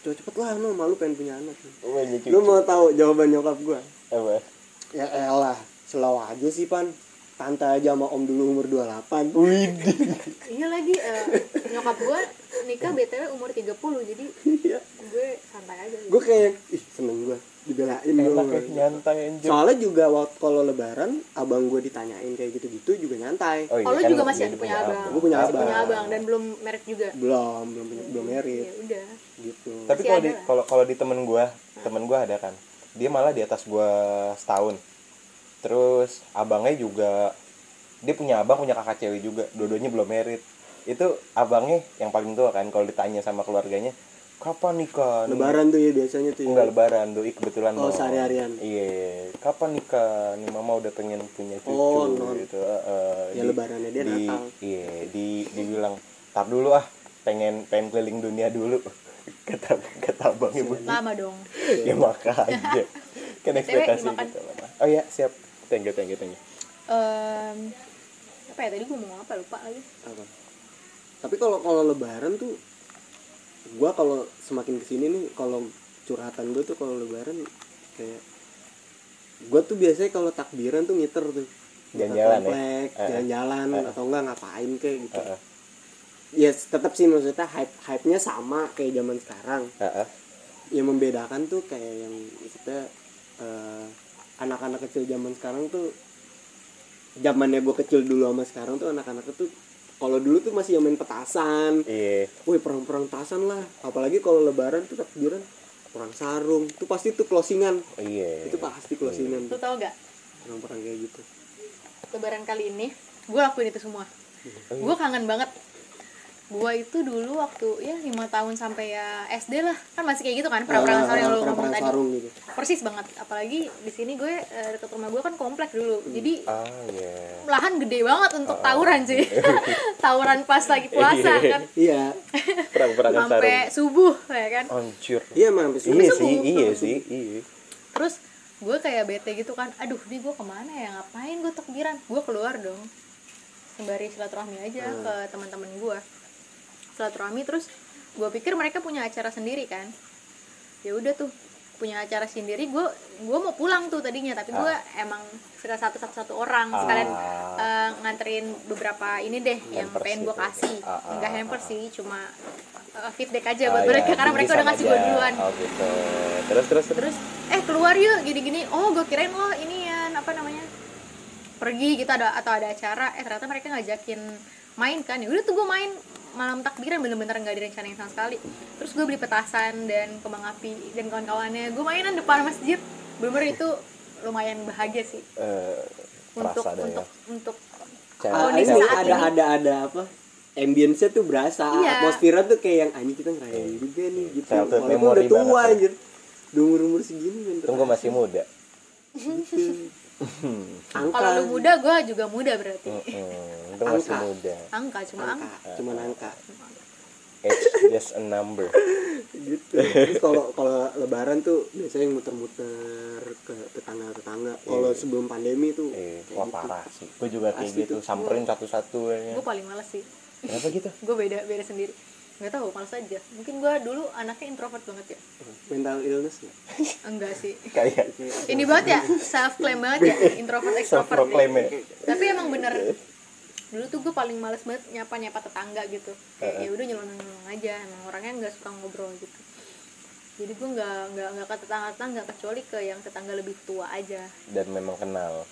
[SPEAKER 3] cepet cepet lah no malu pengen punya anak
[SPEAKER 2] Mau punya cucu
[SPEAKER 3] lu mau tahu jawaban nyokap gua
[SPEAKER 2] apa
[SPEAKER 3] ya elah selaw aja sih pan tante aja sama om dulu umur 28
[SPEAKER 2] Widih.
[SPEAKER 1] iya lagi eh, nyokap gue nikah btw umur 30 jadi
[SPEAKER 3] Iya.
[SPEAKER 1] gue santai aja gitu.
[SPEAKER 3] gua kayak ih seneng gua dibelain
[SPEAKER 2] enak
[SPEAKER 3] gua
[SPEAKER 2] ya nyantai anjir
[SPEAKER 3] soalnya juga waktu kalau lebaran abang gua ditanyain kayak gitu-gitu juga nyantai
[SPEAKER 2] Oh, iya,
[SPEAKER 1] Kalau
[SPEAKER 2] kan
[SPEAKER 1] juga
[SPEAKER 2] lu-
[SPEAKER 1] masih
[SPEAKER 2] lu
[SPEAKER 1] ada punya abang.
[SPEAKER 3] Gua punya
[SPEAKER 1] Masih
[SPEAKER 3] abang.
[SPEAKER 1] punya abang dan belum merek juga.
[SPEAKER 3] belum belum punya- belum merit
[SPEAKER 1] Ya udah.
[SPEAKER 2] Iya.
[SPEAKER 3] gitu
[SPEAKER 2] tapi
[SPEAKER 1] Masih
[SPEAKER 2] kalau
[SPEAKER 1] ada
[SPEAKER 2] di
[SPEAKER 1] lah.
[SPEAKER 2] kalau kalau di temen gue temen gue ada kan dia malah di atas gue setahun terus abangnya juga dia punya abang punya kakak cewek juga dua-duanya belum merit itu abangnya yang paling tua kan kalau ditanya sama keluarganya kapan nikah nih?"
[SPEAKER 3] lebaran tuh ya biasanya tuh ya.
[SPEAKER 2] Enggak lebaran, doi kebetulan
[SPEAKER 3] Oh,
[SPEAKER 2] mau.
[SPEAKER 3] sehari-harian.
[SPEAKER 2] Iya, kapan nikah? Nih mama udah pengen punya cucu
[SPEAKER 3] Oh, non.
[SPEAKER 2] gitu. Heeh.
[SPEAKER 3] Ya, lebarannya dia
[SPEAKER 2] di-
[SPEAKER 3] Natal.
[SPEAKER 2] Iya, di dibilang, "Tar dulu ah, pengen pengen keliling dunia dulu." kata kata abang ibu.
[SPEAKER 1] Lama dong.
[SPEAKER 2] ya makanya. kan ekspektasi
[SPEAKER 1] dimakan.
[SPEAKER 2] kita lama. Oh iya, siap. Thank you, thank you, thank you.
[SPEAKER 1] Em, apa ya tadi gue mau ngomong apa lupa lagi.
[SPEAKER 3] apa tapi kalau kalau lebaran tuh gua kalau semakin kesini nih kalau curhatan gue tuh kalau lebaran kayak gua tuh biasanya kalau takbiran tuh ngiter tuh Muter
[SPEAKER 2] Jalan-jalan ya?
[SPEAKER 3] komplek,
[SPEAKER 2] Eh, eh.
[SPEAKER 3] jalan-jalan
[SPEAKER 2] Eh, eh.
[SPEAKER 3] atau enggak ngapain kayak gitu
[SPEAKER 2] Heeh.
[SPEAKER 3] ya tetap sih maksudnya hype hype nya sama kayak zaman sekarang
[SPEAKER 2] Heeh.
[SPEAKER 3] yang membedakan tuh kayak yang maksudnya eh, anak-anak kecil zaman sekarang tuh zamannya gue kecil dulu sama sekarang tuh anak-anak tuh kalau dulu tuh masih yang main petasan,
[SPEAKER 2] Iya.
[SPEAKER 3] woi perang-perang petasan lah, apalagi kalau lebaran tuh takbiran perang sarung, tuh pasti tuh closingan,
[SPEAKER 2] Iya.
[SPEAKER 3] itu pasti closingan.
[SPEAKER 1] Lu tau gak?
[SPEAKER 3] emang pernah kayak gitu
[SPEAKER 1] lebaran kali ini gue lakuin itu semua gue kangen banget gue itu dulu waktu ya lima tahun sampai ya SD lah kan masih kayak gitu kan
[SPEAKER 3] Ah,
[SPEAKER 1] perang-perang sarung yang lo ngomong
[SPEAKER 3] perang
[SPEAKER 1] tadi
[SPEAKER 3] Eh, sarung gitu
[SPEAKER 1] persis banget apalagi di sini gue eh, deket rumah gue kan komplek dulu jadi
[SPEAKER 2] ah ya
[SPEAKER 1] lahan gede banget untuk tawuran sih tawuran pas lagi puasa kan
[SPEAKER 3] iya
[SPEAKER 2] perang perangan sarung
[SPEAKER 1] sampai subuh ya kan
[SPEAKER 2] Anjir.
[SPEAKER 3] iya emang sampai subuh.
[SPEAKER 2] Iya
[SPEAKER 1] Itu
[SPEAKER 2] sih,
[SPEAKER 1] bu-
[SPEAKER 2] iya sih, iya.
[SPEAKER 1] terus gue kayak bete gitu kan aduh nih gue kemana ya ngapain gue takbiran gue keluar dong sembari silaturahmi aja
[SPEAKER 2] Hmm.
[SPEAKER 1] ke teman-teman gue silaturahmi terus gue pikir mereka punya acara sendiri kan ya udah tuh punya acara sendiri gue gue mau pulang tuh tadinya tapi
[SPEAKER 2] Ah.
[SPEAKER 1] gue emang sudah satu satu satu orang sekalian eh, nganterin beberapa ini deh yang
[SPEAKER 2] Hampers
[SPEAKER 1] pengen gue
[SPEAKER 2] gitu.
[SPEAKER 1] kasih
[SPEAKER 2] Ah, ah,
[SPEAKER 1] enggak
[SPEAKER 2] ah,
[SPEAKER 1] hamper sih cuma eh, feedback aja
[SPEAKER 2] Ah,
[SPEAKER 1] buat
[SPEAKER 2] ya,
[SPEAKER 1] mereka karena
[SPEAKER 2] ini
[SPEAKER 1] mereka udah
[SPEAKER 2] sama
[SPEAKER 1] ngasih gue
[SPEAKER 2] aja.
[SPEAKER 1] duluan
[SPEAKER 2] Oh gitu. Terus terus terus.
[SPEAKER 1] terus eh keluar yuk gini-gini oh gue kirain lo ini ya apa namanya pergi gitu ada atau ada acara eh ternyata mereka ngajakin main kan ya udah tuh gue main malam takbiran bener-bener nggak direncanain sama sekali terus gue beli petasan dan kembang api dan kawan-kawannya gue mainan depan masjid bener-bener itu lumayan bahagia sih
[SPEAKER 2] Eh,
[SPEAKER 1] untuk
[SPEAKER 2] terasa deh ya.
[SPEAKER 1] untuk untuk
[SPEAKER 2] Cewek-
[SPEAKER 1] Oh,
[SPEAKER 3] Ah,
[SPEAKER 1] ini
[SPEAKER 3] ini
[SPEAKER 2] cewek-
[SPEAKER 1] saat
[SPEAKER 3] ada
[SPEAKER 1] ini.
[SPEAKER 3] ada ada apa ambience tuh berasa
[SPEAKER 1] Iya.
[SPEAKER 3] atmosfernya tuh kayak yang anjing kita ngerayain juga nih gitu
[SPEAKER 2] Childhood
[SPEAKER 3] walaupun udah
[SPEAKER 2] memory
[SPEAKER 3] tua
[SPEAKER 2] banget,
[SPEAKER 3] anjir udah umur umur segini kan
[SPEAKER 2] Tunggu masih muda.
[SPEAKER 3] angka
[SPEAKER 1] kalau lu muda gue juga muda berarti
[SPEAKER 2] Hmm, untung masih
[SPEAKER 3] Angka.
[SPEAKER 2] muda.
[SPEAKER 1] angka cuma
[SPEAKER 3] angka
[SPEAKER 1] angka
[SPEAKER 3] cuman angka
[SPEAKER 2] Age just a number.
[SPEAKER 3] gitu terus kalau kalau lebaran tuh biasanya yang muter-muter ke tetangga tetangga
[SPEAKER 2] Iya.
[SPEAKER 3] kalau sebelum pandemi tuh
[SPEAKER 2] Eh,
[SPEAKER 3] kayak
[SPEAKER 2] wah
[SPEAKER 3] gitu.
[SPEAKER 2] parah sih. Gue juga kayak
[SPEAKER 3] Asli
[SPEAKER 2] gitu,
[SPEAKER 3] tuh.
[SPEAKER 2] samperin satu-satu ya.
[SPEAKER 1] gue paling males sih
[SPEAKER 2] Kenapa gitu?
[SPEAKER 1] gue beda beda sendiri nggak tahu males aja mungkin gue dulu anaknya introvert banget ya
[SPEAKER 3] mental illness ya
[SPEAKER 1] enggak sih
[SPEAKER 2] Kayak
[SPEAKER 1] ini banget ya self claim banget ya introvert
[SPEAKER 2] self
[SPEAKER 1] extrovert
[SPEAKER 2] proclaim ya.
[SPEAKER 1] tapi emang bener dulu tuh gue paling males banget nyapa nyapa tetangga gitu kayak ya udah nyelonong nyelonong aja emang orangnya nggak suka ngobrol gitu jadi gue nggak nggak nggak ke tetangga tetangga kecuali ke yang tetangga lebih tua aja
[SPEAKER 2] Dan memang kenal.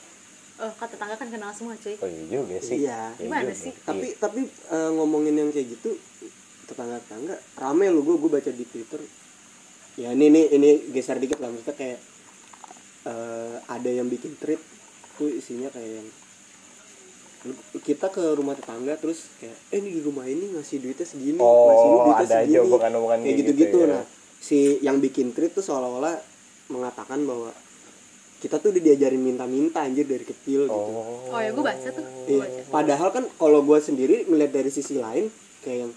[SPEAKER 1] eh ke tetangga kan kenal semua cuy
[SPEAKER 2] Oh iya juga sih.
[SPEAKER 3] Iya.
[SPEAKER 1] Gimana
[SPEAKER 2] juga. gitu.
[SPEAKER 1] sih?
[SPEAKER 3] tapi tapi eh, ngomongin yang kayak gitu tetangga tetangga rame lu gue gue baca di twitter ya ini ini ini geser dikit lah maksudnya kayak eh, ada yang bikin tweet tuh isinya kayak yang lu- kita ke rumah tetangga terus kayak eh ini di rumah ini ngasih duitnya segini
[SPEAKER 2] Oh,
[SPEAKER 3] ngasih lu
[SPEAKER 2] ada aja omongan-omongan
[SPEAKER 3] kayak
[SPEAKER 2] kayak
[SPEAKER 3] gitu
[SPEAKER 2] gitu
[SPEAKER 3] gitu
[SPEAKER 2] ya.
[SPEAKER 3] nah si yang bikin tweet tuh seolah-olah mengatakan bahwa kita tuh udah diajarin minta-minta anjir dari kecil gitu
[SPEAKER 2] Oh.
[SPEAKER 1] oh ya gue baca tuh gue
[SPEAKER 3] Iya.
[SPEAKER 1] baca
[SPEAKER 3] Padahal kan kalau gue sendiri melihat dari sisi lain kayak yang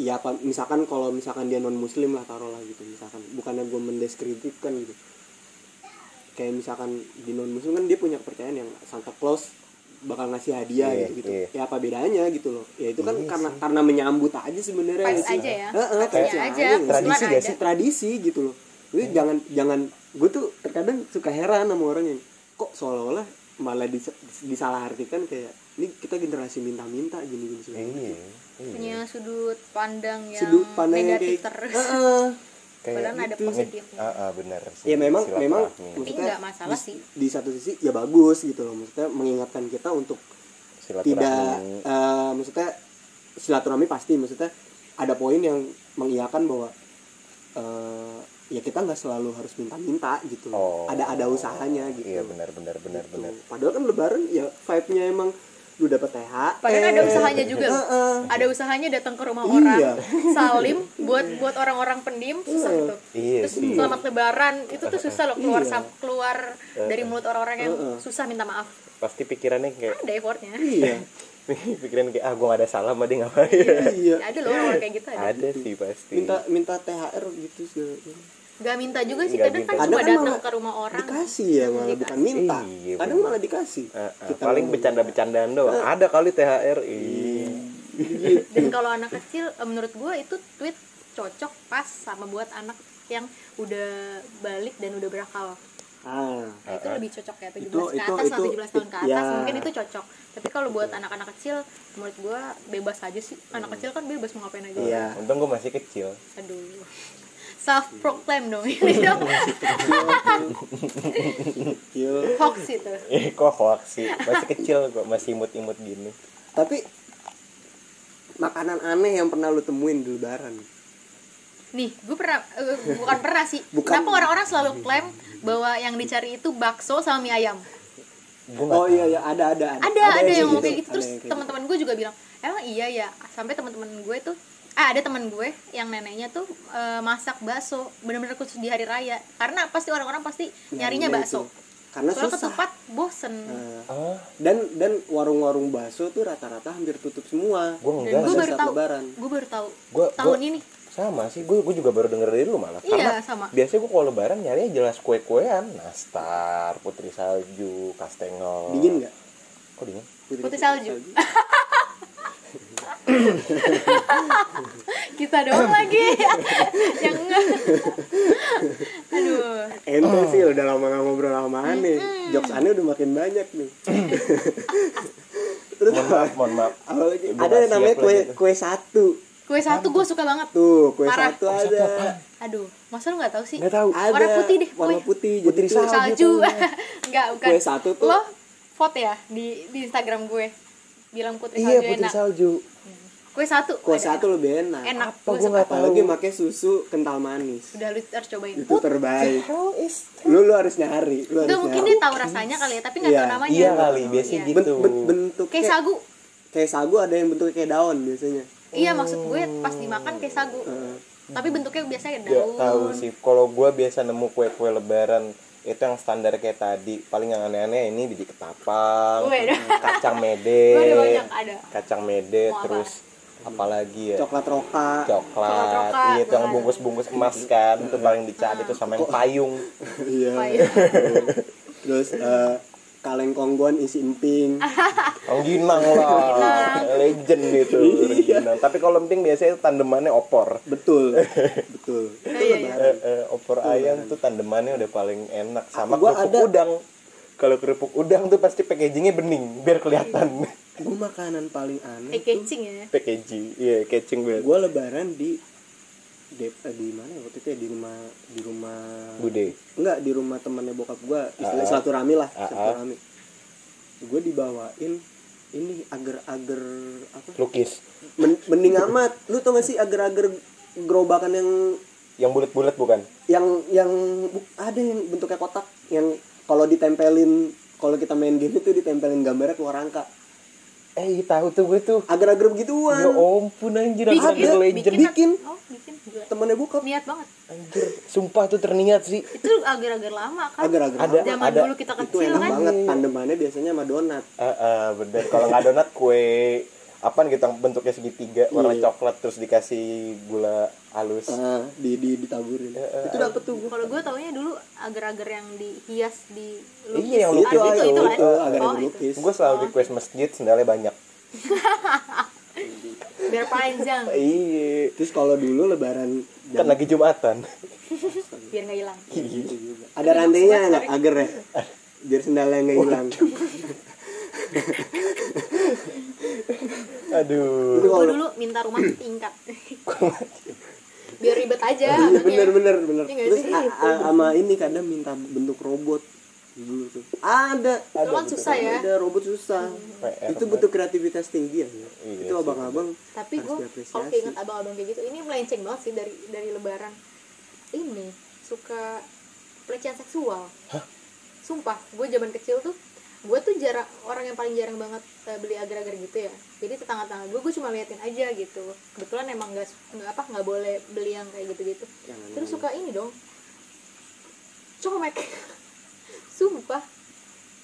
[SPEAKER 3] ya apa misalkan kalau misalkan dia non muslim lah taruhlah gitu misalkan bukannya gue mendeskriptifkan gitu kayak misalkan di non muslim kan dia punya kepercayaan yang Santa Claus bakal ngasih hadiah
[SPEAKER 2] Iya,
[SPEAKER 3] gitu gitu
[SPEAKER 2] iya.
[SPEAKER 3] ya apa bedanya gitu loh ya itu kan karena karena menyambut aja sebenarnya
[SPEAKER 1] Vibes
[SPEAKER 3] sih.
[SPEAKER 1] aja ya.
[SPEAKER 3] Heeh,
[SPEAKER 1] Vibes-nya
[SPEAKER 3] vibes-nya
[SPEAKER 1] aja,
[SPEAKER 3] gitu.
[SPEAKER 1] kesimpulan
[SPEAKER 2] Tradisi gak
[SPEAKER 1] ada.
[SPEAKER 2] sih?
[SPEAKER 3] tradisi gitu loh jadi
[SPEAKER 2] Iya.
[SPEAKER 3] jangan jangan gue tuh terkadang suka heran sama orang yang kok seolah-olah malah dis- disalahartikan kayak ini kita generasi minta-minta gini-gini segala macam."
[SPEAKER 2] Iya. iya.
[SPEAKER 1] punya sudut pandang yang
[SPEAKER 3] sudut pandang
[SPEAKER 1] Iya,
[SPEAKER 3] yang
[SPEAKER 1] negatif
[SPEAKER 3] kayak gitu.
[SPEAKER 1] terus
[SPEAKER 3] Heeh.
[SPEAKER 1] padahal ada
[SPEAKER 3] gitu.
[SPEAKER 1] positifnya
[SPEAKER 2] Ah, ah, benar sih.
[SPEAKER 3] ya memang
[SPEAKER 2] Silaturahmi.
[SPEAKER 3] memang
[SPEAKER 1] Tapi
[SPEAKER 3] maksudnya
[SPEAKER 1] nggak masalah sih
[SPEAKER 3] di satu sisi ya bagus gitu loh maksudnya mengingatkan kita untuk
[SPEAKER 2] Silaturahmi.
[SPEAKER 3] tidak eh, maksudnya silaturahmi pasti maksudnya ada poin yang mengiyakan bahwa eh, ya kita nggak selalu harus minta-minta gitu
[SPEAKER 2] Oh.
[SPEAKER 3] ada ada usahanya gitu
[SPEAKER 2] Iya benar benar benar
[SPEAKER 3] Gitu.
[SPEAKER 2] benar.
[SPEAKER 3] padahal kan lebaran ya vibe-nya emang lu dapet THR
[SPEAKER 1] Padahal kan ada usahanya juga.
[SPEAKER 3] Heeh.
[SPEAKER 1] ada usahanya datang ke rumah orang
[SPEAKER 3] Iya.
[SPEAKER 1] salim buat buat orang-orang pendiam susah gitu.
[SPEAKER 3] Iya.
[SPEAKER 1] tuh
[SPEAKER 2] Iya
[SPEAKER 1] terus
[SPEAKER 2] sih.
[SPEAKER 1] selamat lebaran itu tuh susah loh keluar
[SPEAKER 3] Iya.
[SPEAKER 1] sam- keluar dari mulut orang-orang yang
[SPEAKER 3] Heeh.
[SPEAKER 1] susah minta maaf
[SPEAKER 2] Pasti pikirannya kayak
[SPEAKER 1] ada effortnya
[SPEAKER 3] iya
[SPEAKER 2] pikiran kayak ah gue gak ada salah sama dia ngapain.
[SPEAKER 3] iya
[SPEAKER 1] Ya, ada loh orang kayak gitu ada
[SPEAKER 2] ada sih pasti.
[SPEAKER 3] minta minta THR gitu segala macam.
[SPEAKER 1] nggak minta juga sih
[SPEAKER 2] Nggak
[SPEAKER 1] kadang kan
[SPEAKER 2] minta.
[SPEAKER 1] cuma
[SPEAKER 3] Kadang kan
[SPEAKER 1] datang
[SPEAKER 3] malah
[SPEAKER 1] ke rumah orang
[SPEAKER 3] dikasih ya malah bukan minta
[SPEAKER 2] Iya,
[SPEAKER 3] kadang
[SPEAKER 2] bener.
[SPEAKER 3] malah dikasih
[SPEAKER 2] Ah, ah,
[SPEAKER 3] Kita
[SPEAKER 2] paling
[SPEAKER 3] ngomong.
[SPEAKER 2] bercanda-bercandaan doang. Ada kali THR. Iya.
[SPEAKER 1] dan kalau anak kecil eh, menurut gue itu tweet cocok pas sama buat anak yang udah balik dan udah berakal
[SPEAKER 3] ah
[SPEAKER 1] Nah, itu lebih cocok ya 17
[SPEAKER 3] Itu-
[SPEAKER 1] ke
[SPEAKER 3] itu-
[SPEAKER 1] atas atau
[SPEAKER 3] itu-
[SPEAKER 1] 17 tahun ke
[SPEAKER 3] ya.
[SPEAKER 1] atas mungkin itu cocok tapi kalau buat anak-anak kecil menurut gua bebas aja sih anak kecil kan bebas mau ngapain aja
[SPEAKER 3] Hmm. Iya.
[SPEAKER 2] Untung gue masih kecil.
[SPEAKER 1] aduh self proclaim dong Iya. ini dong
[SPEAKER 3] Yo.
[SPEAKER 1] hoax itu
[SPEAKER 2] Eh kok hoax sih. Masih kecil gue masih imut-imut gini.
[SPEAKER 3] Tapi makanan aneh yang pernah lu temuin di lebaran.
[SPEAKER 1] nih gue pernah eh, bukan pernah sih
[SPEAKER 3] Bukan.
[SPEAKER 1] kenapa orang-orang selalu klaim bahwa yang dicari itu bakso sama mie ayam
[SPEAKER 2] Gua nggak
[SPEAKER 3] oh iya iya ada ada
[SPEAKER 1] ada ada, yang mau kayak gitu
[SPEAKER 3] Ada
[SPEAKER 1] terus
[SPEAKER 3] yang kayak gitu.
[SPEAKER 1] teman-teman gue juga bilang emang iya ya sampai teman-teman gue tuh ah ada teman gue yang neneknya tuh eh, masak bakso bener-bener khusus di hari raya karena pasti orang-orang pasti nyarinya
[SPEAKER 3] Nyarinya
[SPEAKER 1] bakso
[SPEAKER 3] itu. karena
[SPEAKER 1] soalnya
[SPEAKER 3] susah
[SPEAKER 1] ketupat bosen
[SPEAKER 3] Nah,
[SPEAKER 2] ah
[SPEAKER 3] dan dan warung-warung bakso tuh rata-rata hampir tutup semua
[SPEAKER 2] gue
[SPEAKER 1] dan
[SPEAKER 2] enggak
[SPEAKER 1] gue
[SPEAKER 2] sih.
[SPEAKER 1] baru
[SPEAKER 3] saat
[SPEAKER 1] tahu
[SPEAKER 3] lebaran.
[SPEAKER 1] gue baru tahu
[SPEAKER 2] Gua-
[SPEAKER 1] tahun
[SPEAKER 2] gua-
[SPEAKER 1] ini
[SPEAKER 2] sama sih gue gue juga baru denger dari lu malah
[SPEAKER 1] Iya,
[SPEAKER 2] karena
[SPEAKER 1] sama.
[SPEAKER 2] biasanya gue kalau lebaran nyarinya jelas kue kuean nastar putri salju kastengel
[SPEAKER 3] dingin nggak
[SPEAKER 2] kok dingin
[SPEAKER 1] Putri salju. kita doang lagi yang aduh
[SPEAKER 3] ente
[SPEAKER 2] Oh.
[SPEAKER 3] sih udah lama nggak ngobrol sama aneh jokes aneh udah makin banyak nih terus
[SPEAKER 2] mohon maaf mohon maaf
[SPEAKER 3] apa lagi?
[SPEAKER 2] Ibu
[SPEAKER 3] ada
[SPEAKER 2] nggak
[SPEAKER 3] yang namanya
[SPEAKER 2] siap
[SPEAKER 3] kue
[SPEAKER 2] lagi.
[SPEAKER 3] kue satu
[SPEAKER 1] kue satu gue suka banget
[SPEAKER 3] tuh kue
[SPEAKER 1] Parah.
[SPEAKER 3] satu
[SPEAKER 2] Kue satu
[SPEAKER 3] ada
[SPEAKER 2] apaan?
[SPEAKER 1] aduh masa lu nggak tahu sih
[SPEAKER 2] nggak tahu
[SPEAKER 3] ada
[SPEAKER 1] Warna putih deh,
[SPEAKER 3] warna
[SPEAKER 1] kue.
[SPEAKER 3] putih
[SPEAKER 2] Putri
[SPEAKER 3] tuh-
[SPEAKER 2] salju.
[SPEAKER 1] salju nggak bukan
[SPEAKER 3] Kue satu tuh-
[SPEAKER 1] lo vote ya di di instagram gue bilang putri
[SPEAKER 2] iya
[SPEAKER 1] salju
[SPEAKER 2] putri
[SPEAKER 1] enak
[SPEAKER 2] salju
[SPEAKER 1] kue satu
[SPEAKER 3] kue
[SPEAKER 1] ada
[SPEAKER 3] satu lebih enak,
[SPEAKER 1] enak
[SPEAKER 2] Apa
[SPEAKER 1] gue
[SPEAKER 2] gua
[SPEAKER 1] suka
[SPEAKER 2] nggak tahu?
[SPEAKER 3] apalagi pakai susu kental manis
[SPEAKER 1] udah gitu. lu harus cobain
[SPEAKER 3] itu terbaik
[SPEAKER 2] How is
[SPEAKER 3] lu lu harus nyari lu harus
[SPEAKER 1] Enggak mungkin dia
[SPEAKER 3] nyari
[SPEAKER 1] tahu rasanya kali ya, tapi nggak
[SPEAKER 3] Iya,
[SPEAKER 1] tahu namanya.
[SPEAKER 2] iya kali biasanya
[SPEAKER 1] Iya.
[SPEAKER 2] gitu
[SPEAKER 3] Ben- ben- bentuk
[SPEAKER 1] Kayak
[SPEAKER 3] kayak,
[SPEAKER 1] sagu.
[SPEAKER 3] kayak sagu ada yang bentuknya kayak daun biasanya
[SPEAKER 1] Iya, maksud gue pas dimakan kayak sagu.
[SPEAKER 3] Heeh.
[SPEAKER 1] Tapi bentuknya biasanya
[SPEAKER 2] nggak
[SPEAKER 1] daun.
[SPEAKER 2] Iya, tahu sih kalau gue biasa nemu kue kue lebaran itu yang standar kayak tadi paling yang aneh-aneh ini biji ketapang
[SPEAKER 1] Gue ada.
[SPEAKER 2] kacang
[SPEAKER 1] Gue ada
[SPEAKER 2] mede
[SPEAKER 1] banyak ada.
[SPEAKER 2] kacang mede
[SPEAKER 1] Mau apa?
[SPEAKER 2] terus apalagi ya
[SPEAKER 3] coklat roka
[SPEAKER 1] Coklat
[SPEAKER 2] coklat
[SPEAKER 1] roka,
[SPEAKER 2] iya itu yang
[SPEAKER 1] benar.
[SPEAKER 2] bungkus bungkus emas kan itu paling dicari itu sama yang payung
[SPEAKER 3] iya
[SPEAKER 1] Apa ya?
[SPEAKER 3] terus eh, kaleng kongguan isi emping
[SPEAKER 2] yang ginang lah legend itu ginang tapi kalau penting biasanya tandemannya opor
[SPEAKER 3] betul betul itu
[SPEAKER 1] Iya, iya.
[SPEAKER 2] eh,
[SPEAKER 3] lebaran
[SPEAKER 2] eh, opor ayam tuh tandemannya udah paling enak sama
[SPEAKER 3] Gua
[SPEAKER 2] kerupuk
[SPEAKER 3] ada-
[SPEAKER 2] udang kalau kerupuk udang tuh pasti packagingnya bening biar kelihatan
[SPEAKER 3] gue makanan paling aneh
[SPEAKER 1] Kayak
[SPEAKER 3] tuh
[SPEAKER 1] kecing ya.
[SPEAKER 2] packaging iya catching banget
[SPEAKER 3] gue lebaran di Dep- eh, di mana ya waktu itu ya di rumah di rumah
[SPEAKER 2] bude
[SPEAKER 3] enggak di rumah temannya bokap gue istilah
[SPEAKER 2] Ah.
[SPEAKER 3] satu rami lah
[SPEAKER 2] Ah, ah.
[SPEAKER 3] satu rami gue dibawain ini agar-agar apa
[SPEAKER 2] lukis
[SPEAKER 3] Men- mending amat lu tau gak sih agar-agar gerobakan yang
[SPEAKER 2] yang bulat-bulat bukan
[SPEAKER 3] yang yang bu- ada yang bentuknya kotak yang kalau ditempelin kalau kita main game itu ditempelin gambarnya keluar angka
[SPEAKER 2] eh tahu tuh gue tuh
[SPEAKER 1] oh.
[SPEAKER 2] ya
[SPEAKER 3] agar-agar begituan
[SPEAKER 2] ampun anjir
[SPEAKER 1] Bikin, gitu,
[SPEAKER 2] anjir legend
[SPEAKER 1] bikin,
[SPEAKER 3] Bikin.
[SPEAKER 1] Oh, bikin. Gila.
[SPEAKER 3] temennya bokap
[SPEAKER 1] Niat banget.
[SPEAKER 2] anjir sumpah tuh terniat sih
[SPEAKER 1] Itu agar-agar lama kan.
[SPEAKER 3] agar-agar
[SPEAKER 2] Ada.
[SPEAKER 3] apa?
[SPEAKER 1] Zaman dulu kita
[SPEAKER 3] itu
[SPEAKER 1] kecil
[SPEAKER 3] enak
[SPEAKER 1] kan.
[SPEAKER 3] banget tandemannya biasanya sama donat
[SPEAKER 2] Ah, ah, bener. Kalau nggak donat kue apaan gitu yang bentuknya segitiga warna
[SPEAKER 3] Iya.
[SPEAKER 2] coklat terus dikasih gula halus.
[SPEAKER 1] Eh.
[SPEAKER 3] Ah, di, di ditaburin itu dapet tuh gua.
[SPEAKER 1] Kalau gue taunya dulu agar-agar yang dihias di
[SPEAKER 2] Iya, yang
[SPEAKER 1] lukis.
[SPEAKER 2] lukis.
[SPEAKER 1] Ah, itu,
[SPEAKER 2] Itu,
[SPEAKER 1] itu,
[SPEAKER 2] itu,
[SPEAKER 1] kan?
[SPEAKER 3] agar
[SPEAKER 1] Oh,
[SPEAKER 3] agar
[SPEAKER 1] itu.
[SPEAKER 3] lukis
[SPEAKER 2] Gue selalu request masjid sendalnya banyak.
[SPEAKER 1] Biar panjang,
[SPEAKER 2] Iya.
[SPEAKER 3] terus kalau dulu lebaran
[SPEAKER 2] Kan lagi Jumatan.
[SPEAKER 1] biar nggak hilang.
[SPEAKER 3] Gitu juga. ada rantainya nggak agar ya biar sendalnya nggak
[SPEAKER 1] Oh,
[SPEAKER 3] hilang
[SPEAKER 2] Aduh.
[SPEAKER 1] Gue dulu minta rumah tingkat. biar ribet aja.
[SPEAKER 3] Iya,
[SPEAKER 1] anaknya.
[SPEAKER 3] bener bener bener
[SPEAKER 1] Iya nggak
[SPEAKER 3] terus
[SPEAKER 1] sih?
[SPEAKER 3] a- a- sama ini kadang minta bentuk robot dulu tuh ada
[SPEAKER 1] Dulu kan susah ya.
[SPEAKER 3] ada robot susah
[SPEAKER 2] PR
[SPEAKER 3] itu butuh kreativitas tinggi ya
[SPEAKER 2] kan? Iya
[SPEAKER 3] itu
[SPEAKER 2] sih.
[SPEAKER 3] abang-abang
[SPEAKER 1] tapi
[SPEAKER 3] Harus
[SPEAKER 1] gue
[SPEAKER 3] diapresiasi.
[SPEAKER 1] kalau keinget abang-abang kayak gitu ini melenceng banget sih dari dari lebaran ini suka pelecehan seksual sumpah gue zaman kecil tuh gue tuh jarang orang yang paling jarang banget eh, beli agar-agar gitu ya jadi tetangga-tetangga gue gue cuma liatin aja gitu kebetulan emang nggak su- nggak apa nggak boleh beli yang kayak gitu-gitu
[SPEAKER 3] Yang
[SPEAKER 1] terus suka ini dong comek sumpah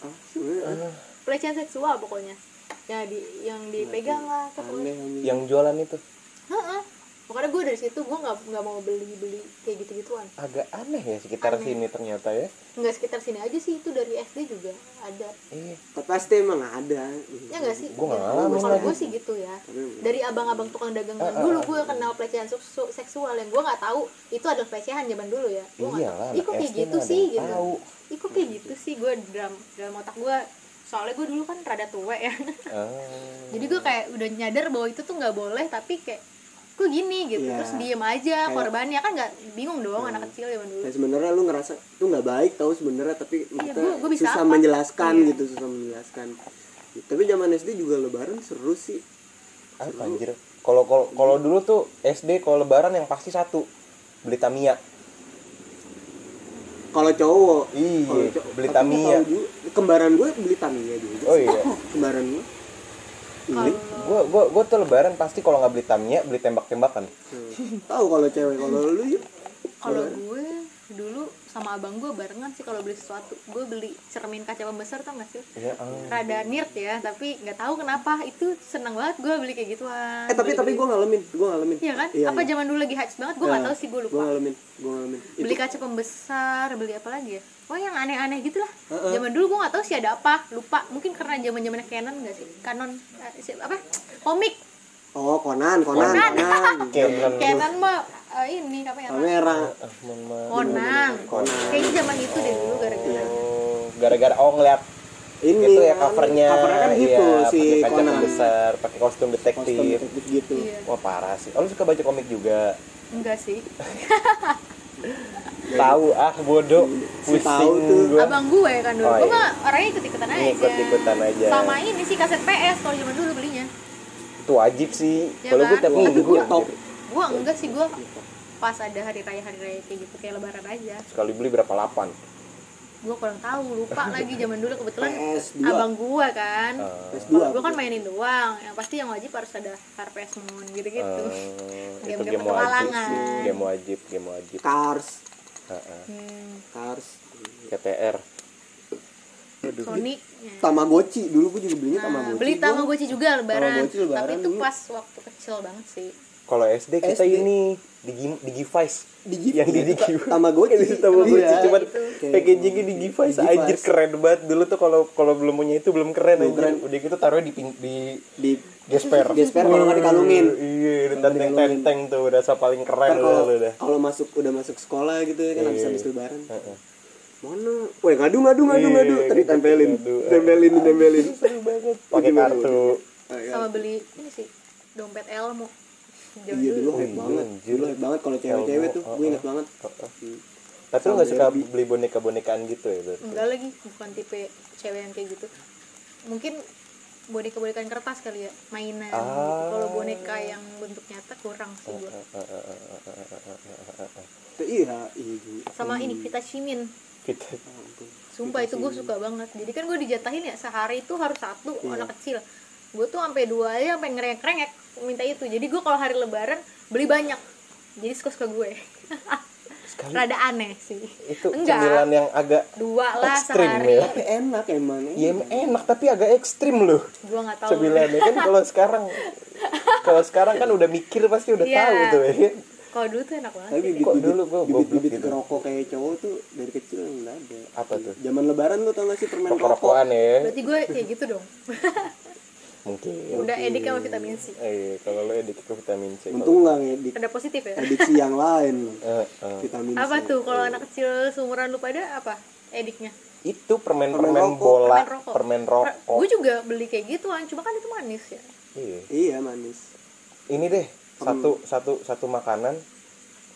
[SPEAKER 3] ah, sebenarnya
[SPEAKER 1] pelecehan seksual pokoknya ya di yang dipegang lah apa pokoknya.
[SPEAKER 3] aneh aneh.
[SPEAKER 2] Yang jualan itu
[SPEAKER 1] Heeh. Makanya gue dari situ gue nggak nggak mau beli beli kayak gitu gituan.
[SPEAKER 2] agak aneh ya
[SPEAKER 1] Aneh.
[SPEAKER 2] sekitar sini ternyata ya.
[SPEAKER 1] Nggak sekitar sini aja sih itu dari SD juga ada.
[SPEAKER 2] Iya.
[SPEAKER 3] pasti emang ada
[SPEAKER 1] Ya nggak sih.
[SPEAKER 2] Gua nggak
[SPEAKER 1] Ya,
[SPEAKER 2] ngalamin
[SPEAKER 1] Kalau
[SPEAKER 2] lagi.
[SPEAKER 1] gue sih gitu ya.
[SPEAKER 3] Tapi emang-
[SPEAKER 1] Dari abang-abang tukang dagang
[SPEAKER 2] Ah, ah,
[SPEAKER 1] dulu
[SPEAKER 2] ah.
[SPEAKER 1] gue kenal pelecehan seks- seksual yang gue nggak tahu itu adalah pelecehan zaman dulu ya. Gue nggak
[SPEAKER 2] Iyalah,
[SPEAKER 1] tahu.
[SPEAKER 2] Iya anak
[SPEAKER 1] Ih, kok kayak
[SPEAKER 2] SD
[SPEAKER 1] gitu
[SPEAKER 2] nggak ada
[SPEAKER 1] sih
[SPEAKER 2] yang
[SPEAKER 1] gitu.
[SPEAKER 2] tahu.
[SPEAKER 1] Ih, kok kayak gitu sih gue dalam dalam otak gue soalnya gue dulu kan rada tua ya.
[SPEAKER 2] Ah.
[SPEAKER 1] Jadi gue kayak udah nyadar bahwa itu tuh nggak boleh tapi kayak kok gini gitu
[SPEAKER 3] Iya.
[SPEAKER 1] terus diem aja
[SPEAKER 3] Kayak-
[SPEAKER 1] korbannya kan nggak bingung doang
[SPEAKER 2] Hmm.
[SPEAKER 1] anak kecil zaman dulu
[SPEAKER 3] Kayak sebenarnya lu ngerasa itu nggak baik tahu sebenarnya tapi maksudnya
[SPEAKER 1] Iya, gua- gua bisa
[SPEAKER 3] susah
[SPEAKER 1] apa?
[SPEAKER 3] menjelaskan
[SPEAKER 1] Iya.
[SPEAKER 3] gitu susah menjelaskan tapi zaman SD juga lebaran seru sih
[SPEAKER 2] Ah, anjir. Kalau kalau kalau dulu tuh SD kalau lebaran yang pasti satu beli Tamiya
[SPEAKER 3] kalau cowok
[SPEAKER 2] Iya,
[SPEAKER 3] kalau cowok-
[SPEAKER 2] beli
[SPEAKER 3] Oh, tapi nggak
[SPEAKER 2] Tamiya.
[SPEAKER 3] tahu juga. kembaran gue beli Tamiya juga
[SPEAKER 2] oh iya
[SPEAKER 3] kembaran gue
[SPEAKER 2] beli gua gua gua tuh lebaran pasti kalau nggak beli Tamiya beli tembak-tembakan
[SPEAKER 3] Hmm. tahu kalau cewek kalau lu yuk
[SPEAKER 1] Kalau gue dulu sama abang gue barengan sih kalau beli sesuatu gue beli cermin kaca pembesar tau gak sih?
[SPEAKER 3] Iya,
[SPEAKER 2] ya ah.
[SPEAKER 1] Rada nerd ya, tapi nggak tahu kenapa itu seneng banget gue beli kayak gituan.
[SPEAKER 3] eh tapi tapi gue ngalamin gue ngalamin
[SPEAKER 1] Iya kan?
[SPEAKER 3] Iya,
[SPEAKER 1] apa
[SPEAKER 3] iya.
[SPEAKER 1] zaman dulu lagi hype banget? Gue nggak
[SPEAKER 3] Iya,
[SPEAKER 1] tahu sih gue
[SPEAKER 3] gue
[SPEAKER 1] lupa.
[SPEAKER 3] ngalamin gue ngalamin
[SPEAKER 1] Beli kaca pembesar, beli apa lagi ya? Wah yang aneh-aneh gitu lah. Zaman dulu gue nggak tahu sih ada apa, lupa. Mungkin karena zaman zamannya Canon nggak sih? Canon eh, si- apa? Komik.
[SPEAKER 3] oh konan konan
[SPEAKER 1] Conan.
[SPEAKER 3] konan
[SPEAKER 1] Iya.
[SPEAKER 2] Canon
[SPEAKER 1] Canon mah eh, ini apa ya?
[SPEAKER 3] kamera
[SPEAKER 2] Ah, mama.
[SPEAKER 1] Conan.
[SPEAKER 3] Conan.
[SPEAKER 1] Kayaknya zaman itu deh dulu
[SPEAKER 3] Iya.
[SPEAKER 1] gara-gara.
[SPEAKER 2] Oh, gara-gara oh ngeliat
[SPEAKER 3] ini
[SPEAKER 2] itu ya
[SPEAKER 3] kan,
[SPEAKER 2] covernya
[SPEAKER 3] covernya kan gitu
[SPEAKER 2] iya,
[SPEAKER 3] si
[SPEAKER 2] pakai kaca
[SPEAKER 3] konan
[SPEAKER 2] besar pakai kostum
[SPEAKER 3] kostum
[SPEAKER 2] detektif
[SPEAKER 3] detektif gitu
[SPEAKER 1] Iya.
[SPEAKER 2] wah parah sih oh, lu suka baca komik juga
[SPEAKER 1] Enggak sih.
[SPEAKER 2] tahu ah bodoh pusing
[SPEAKER 3] Tahu tuh.
[SPEAKER 2] gua.
[SPEAKER 1] Abang gue kan dulu.
[SPEAKER 2] Oh,
[SPEAKER 1] gue
[SPEAKER 2] iya.
[SPEAKER 1] mah orangnya ikut-ikutan aja.
[SPEAKER 2] Ikut-ikutan aja.
[SPEAKER 1] Sama ini sih kaset PS kalau zaman dulu belinya.
[SPEAKER 2] itu wajib sih
[SPEAKER 1] Iya
[SPEAKER 2] kalau
[SPEAKER 1] kan?
[SPEAKER 2] gue tiap
[SPEAKER 1] Tapi
[SPEAKER 2] minggu
[SPEAKER 1] gua-
[SPEAKER 2] anjir.
[SPEAKER 1] Gue enggak sih gue pas ada hari raya hari raya kayak gitu kayak lebaran aja.
[SPEAKER 2] sekali beli berapa lapan
[SPEAKER 1] Gue kurang tahu, lupa lagi zaman dulu kebetulan
[SPEAKER 3] PS2.
[SPEAKER 1] abang gue kan.
[SPEAKER 2] Eh,
[SPEAKER 3] S2
[SPEAKER 1] Kalau gue kan mainin doang, yang pasti yang wajib harus ada Harvest Moon gitu-gitu. Gitu. Game-game
[SPEAKER 2] eh, itu game wajib
[SPEAKER 1] petualangan.
[SPEAKER 2] sih game wajib game wajib
[SPEAKER 3] cars
[SPEAKER 2] Heeh.
[SPEAKER 1] Hmm,
[SPEAKER 3] cars
[SPEAKER 2] KTR
[SPEAKER 1] Sonic.
[SPEAKER 3] Tamagotchi dulu gue juga belinya
[SPEAKER 1] Nah,
[SPEAKER 3] Tamagotchi
[SPEAKER 1] beli
[SPEAKER 3] Gua-
[SPEAKER 1] Tamagotchi juga lebaran.
[SPEAKER 3] Tamagotchi lebaran
[SPEAKER 1] Tapi itu
[SPEAKER 3] dulu.
[SPEAKER 1] pas waktu kecil banget sih.
[SPEAKER 2] kalau SD kita
[SPEAKER 3] SD.
[SPEAKER 2] ini digi Digivice
[SPEAKER 3] Digi-
[SPEAKER 2] yang di
[SPEAKER 3] iya,
[SPEAKER 2] Digi
[SPEAKER 3] Tamagotchi.
[SPEAKER 2] Yang di Tamagotchi
[SPEAKER 3] Iya,
[SPEAKER 2] cuman
[SPEAKER 1] itu.
[SPEAKER 2] packagingnya Digivice
[SPEAKER 3] Digivice.
[SPEAKER 2] anjir keren banget dulu tuh kalau kalau belum punya itu belum keren
[SPEAKER 3] Belum
[SPEAKER 2] anjir
[SPEAKER 3] keren.
[SPEAKER 2] udah gitu taruh di pin- di
[SPEAKER 3] di
[SPEAKER 2] gesper
[SPEAKER 3] Gesper kalau nggak dikalungin.
[SPEAKER 2] iya ditenteng tenteng tuh rasa paling keren
[SPEAKER 3] ntar kalau
[SPEAKER 2] udah udah
[SPEAKER 3] kalau masuk udah masuk sekolah gitu ya kan habis
[SPEAKER 2] Iya.
[SPEAKER 3] habis lebaran
[SPEAKER 2] Heeh.
[SPEAKER 3] mana woi ngadu ngadu ngadu
[SPEAKER 2] Iya,
[SPEAKER 3] ngadu tadi
[SPEAKER 2] ngadu,
[SPEAKER 3] tempelin
[SPEAKER 2] ngadu. Iya,
[SPEAKER 3] tempelin tempelin
[SPEAKER 2] seru banget pakai
[SPEAKER 3] Gimana?
[SPEAKER 2] kartu
[SPEAKER 1] Sama beli ini sih dompet Elmo. Zaman
[SPEAKER 3] iya dulu
[SPEAKER 2] Oh,
[SPEAKER 3] hype
[SPEAKER 2] iya,
[SPEAKER 3] banget
[SPEAKER 2] anjir.
[SPEAKER 3] dulu hype banget kalau cewek-cewek
[SPEAKER 2] Elmo,
[SPEAKER 3] tuh
[SPEAKER 2] oh,
[SPEAKER 3] gue
[SPEAKER 2] oh.
[SPEAKER 3] inget banget Hmm.
[SPEAKER 2] Heeh. tapi lu
[SPEAKER 3] Sama
[SPEAKER 2] nggak suka
[SPEAKER 3] Barbie.
[SPEAKER 2] beli boneka bonekaan gitu ya Bert?
[SPEAKER 1] Enggak lagi, bukan tipe cewek yang kayak gitu. Mungkin boneka-bonekaan kertas kali ya, mainan.
[SPEAKER 2] Ah. Oh,
[SPEAKER 1] gitu. Kalau boneka yang bentuk nyata kurang sih gua.
[SPEAKER 3] Tuh, iya iya juga.
[SPEAKER 2] oh.
[SPEAKER 1] Sama ini Vitamin
[SPEAKER 2] kita
[SPEAKER 3] Ah, ampun.
[SPEAKER 1] Sumpah itu gue suka banget. Jadi kan gue dijatahin ya sehari itu harus satu
[SPEAKER 2] Iya.
[SPEAKER 1] anak kecil. Gue tuh sampai dua aja sampai ngerengek-rengek minta itu. Jadi gue kalau hari lebaran beli banyak. Jadi suka-suka gue.
[SPEAKER 2] Sekali.
[SPEAKER 1] Rada aneh sih.
[SPEAKER 2] itu
[SPEAKER 1] Enggak.
[SPEAKER 2] cemilan yang agak
[SPEAKER 1] Dua lah
[SPEAKER 2] ekstrim
[SPEAKER 1] sehari.
[SPEAKER 2] ya
[SPEAKER 3] tapi enak emang ya.
[SPEAKER 2] ya enak tapi agak ekstrim loh
[SPEAKER 1] Gue nggak tahu.
[SPEAKER 2] cemilannya kan kalau sekarang kalau sekarang kan udah mikir pasti udah
[SPEAKER 1] Iya.
[SPEAKER 2] tahu tuh ya kan?
[SPEAKER 1] Kalau dulu tuh enak banget.
[SPEAKER 3] tapi
[SPEAKER 1] sih.
[SPEAKER 3] bibit
[SPEAKER 2] Kok
[SPEAKER 3] bibit
[SPEAKER 2] dulu gua
[SPEAKER 3] bibit,
[SPEAKER 2] goblok
[SPEAKER 3] bibit
[SPEAKER 2] gitu?
[SPEAKER 3] rokok kayak cowok tuh dari kecil nggak ada
[SPEAKER 2] Apa tuh?
[SPEAKER 3] zaman lebaran lu tau gak sih permen rokok
[SPEAKER 2] rokok-rokokan ya
[SPEAKER 1] Berarti gue kayak gitu dong.
[SPEAKER 2] mungkin
[SPEAKER 1] Udah edik sama vitamin C.
[SPEAKER 2] eh kalau lo edik ke vitamin C kalau-
[SPEAKER 3] untung nggak ngedik
[SPEAKER 1] Ada positif ya.
[SPEAKER 2] Iya,
[SPEAKER 3] adiksi yang lain lu.
[SPEAKER 2] Eh, eh.
[SPEAKER 3] vitamin C
[SPEAKER 1] Apa tuh
[SPEAKER 2] iya.
[SPEAKER 1] kalau anak kecil seumuran lu pada apa? Ediknya.
[SPEAKER 2] itu permen permen,
[SPEAKER 3] Permen rokok.
[SPEAKER 2] bola
[SPEAKER 1] Permen rokok.
[SPEAKER 2] permen rokok
[SPEAKER 1] Gue juga beli kayak gituan, cuma kan itu manis ya.
[SPEAKER 2] iya
[SPEAKER 3] iya manis
[SPEAKER 2] ini deh
[SPEAKER 1] Hmm.
[SPEAKER 2] satu satu satu makanan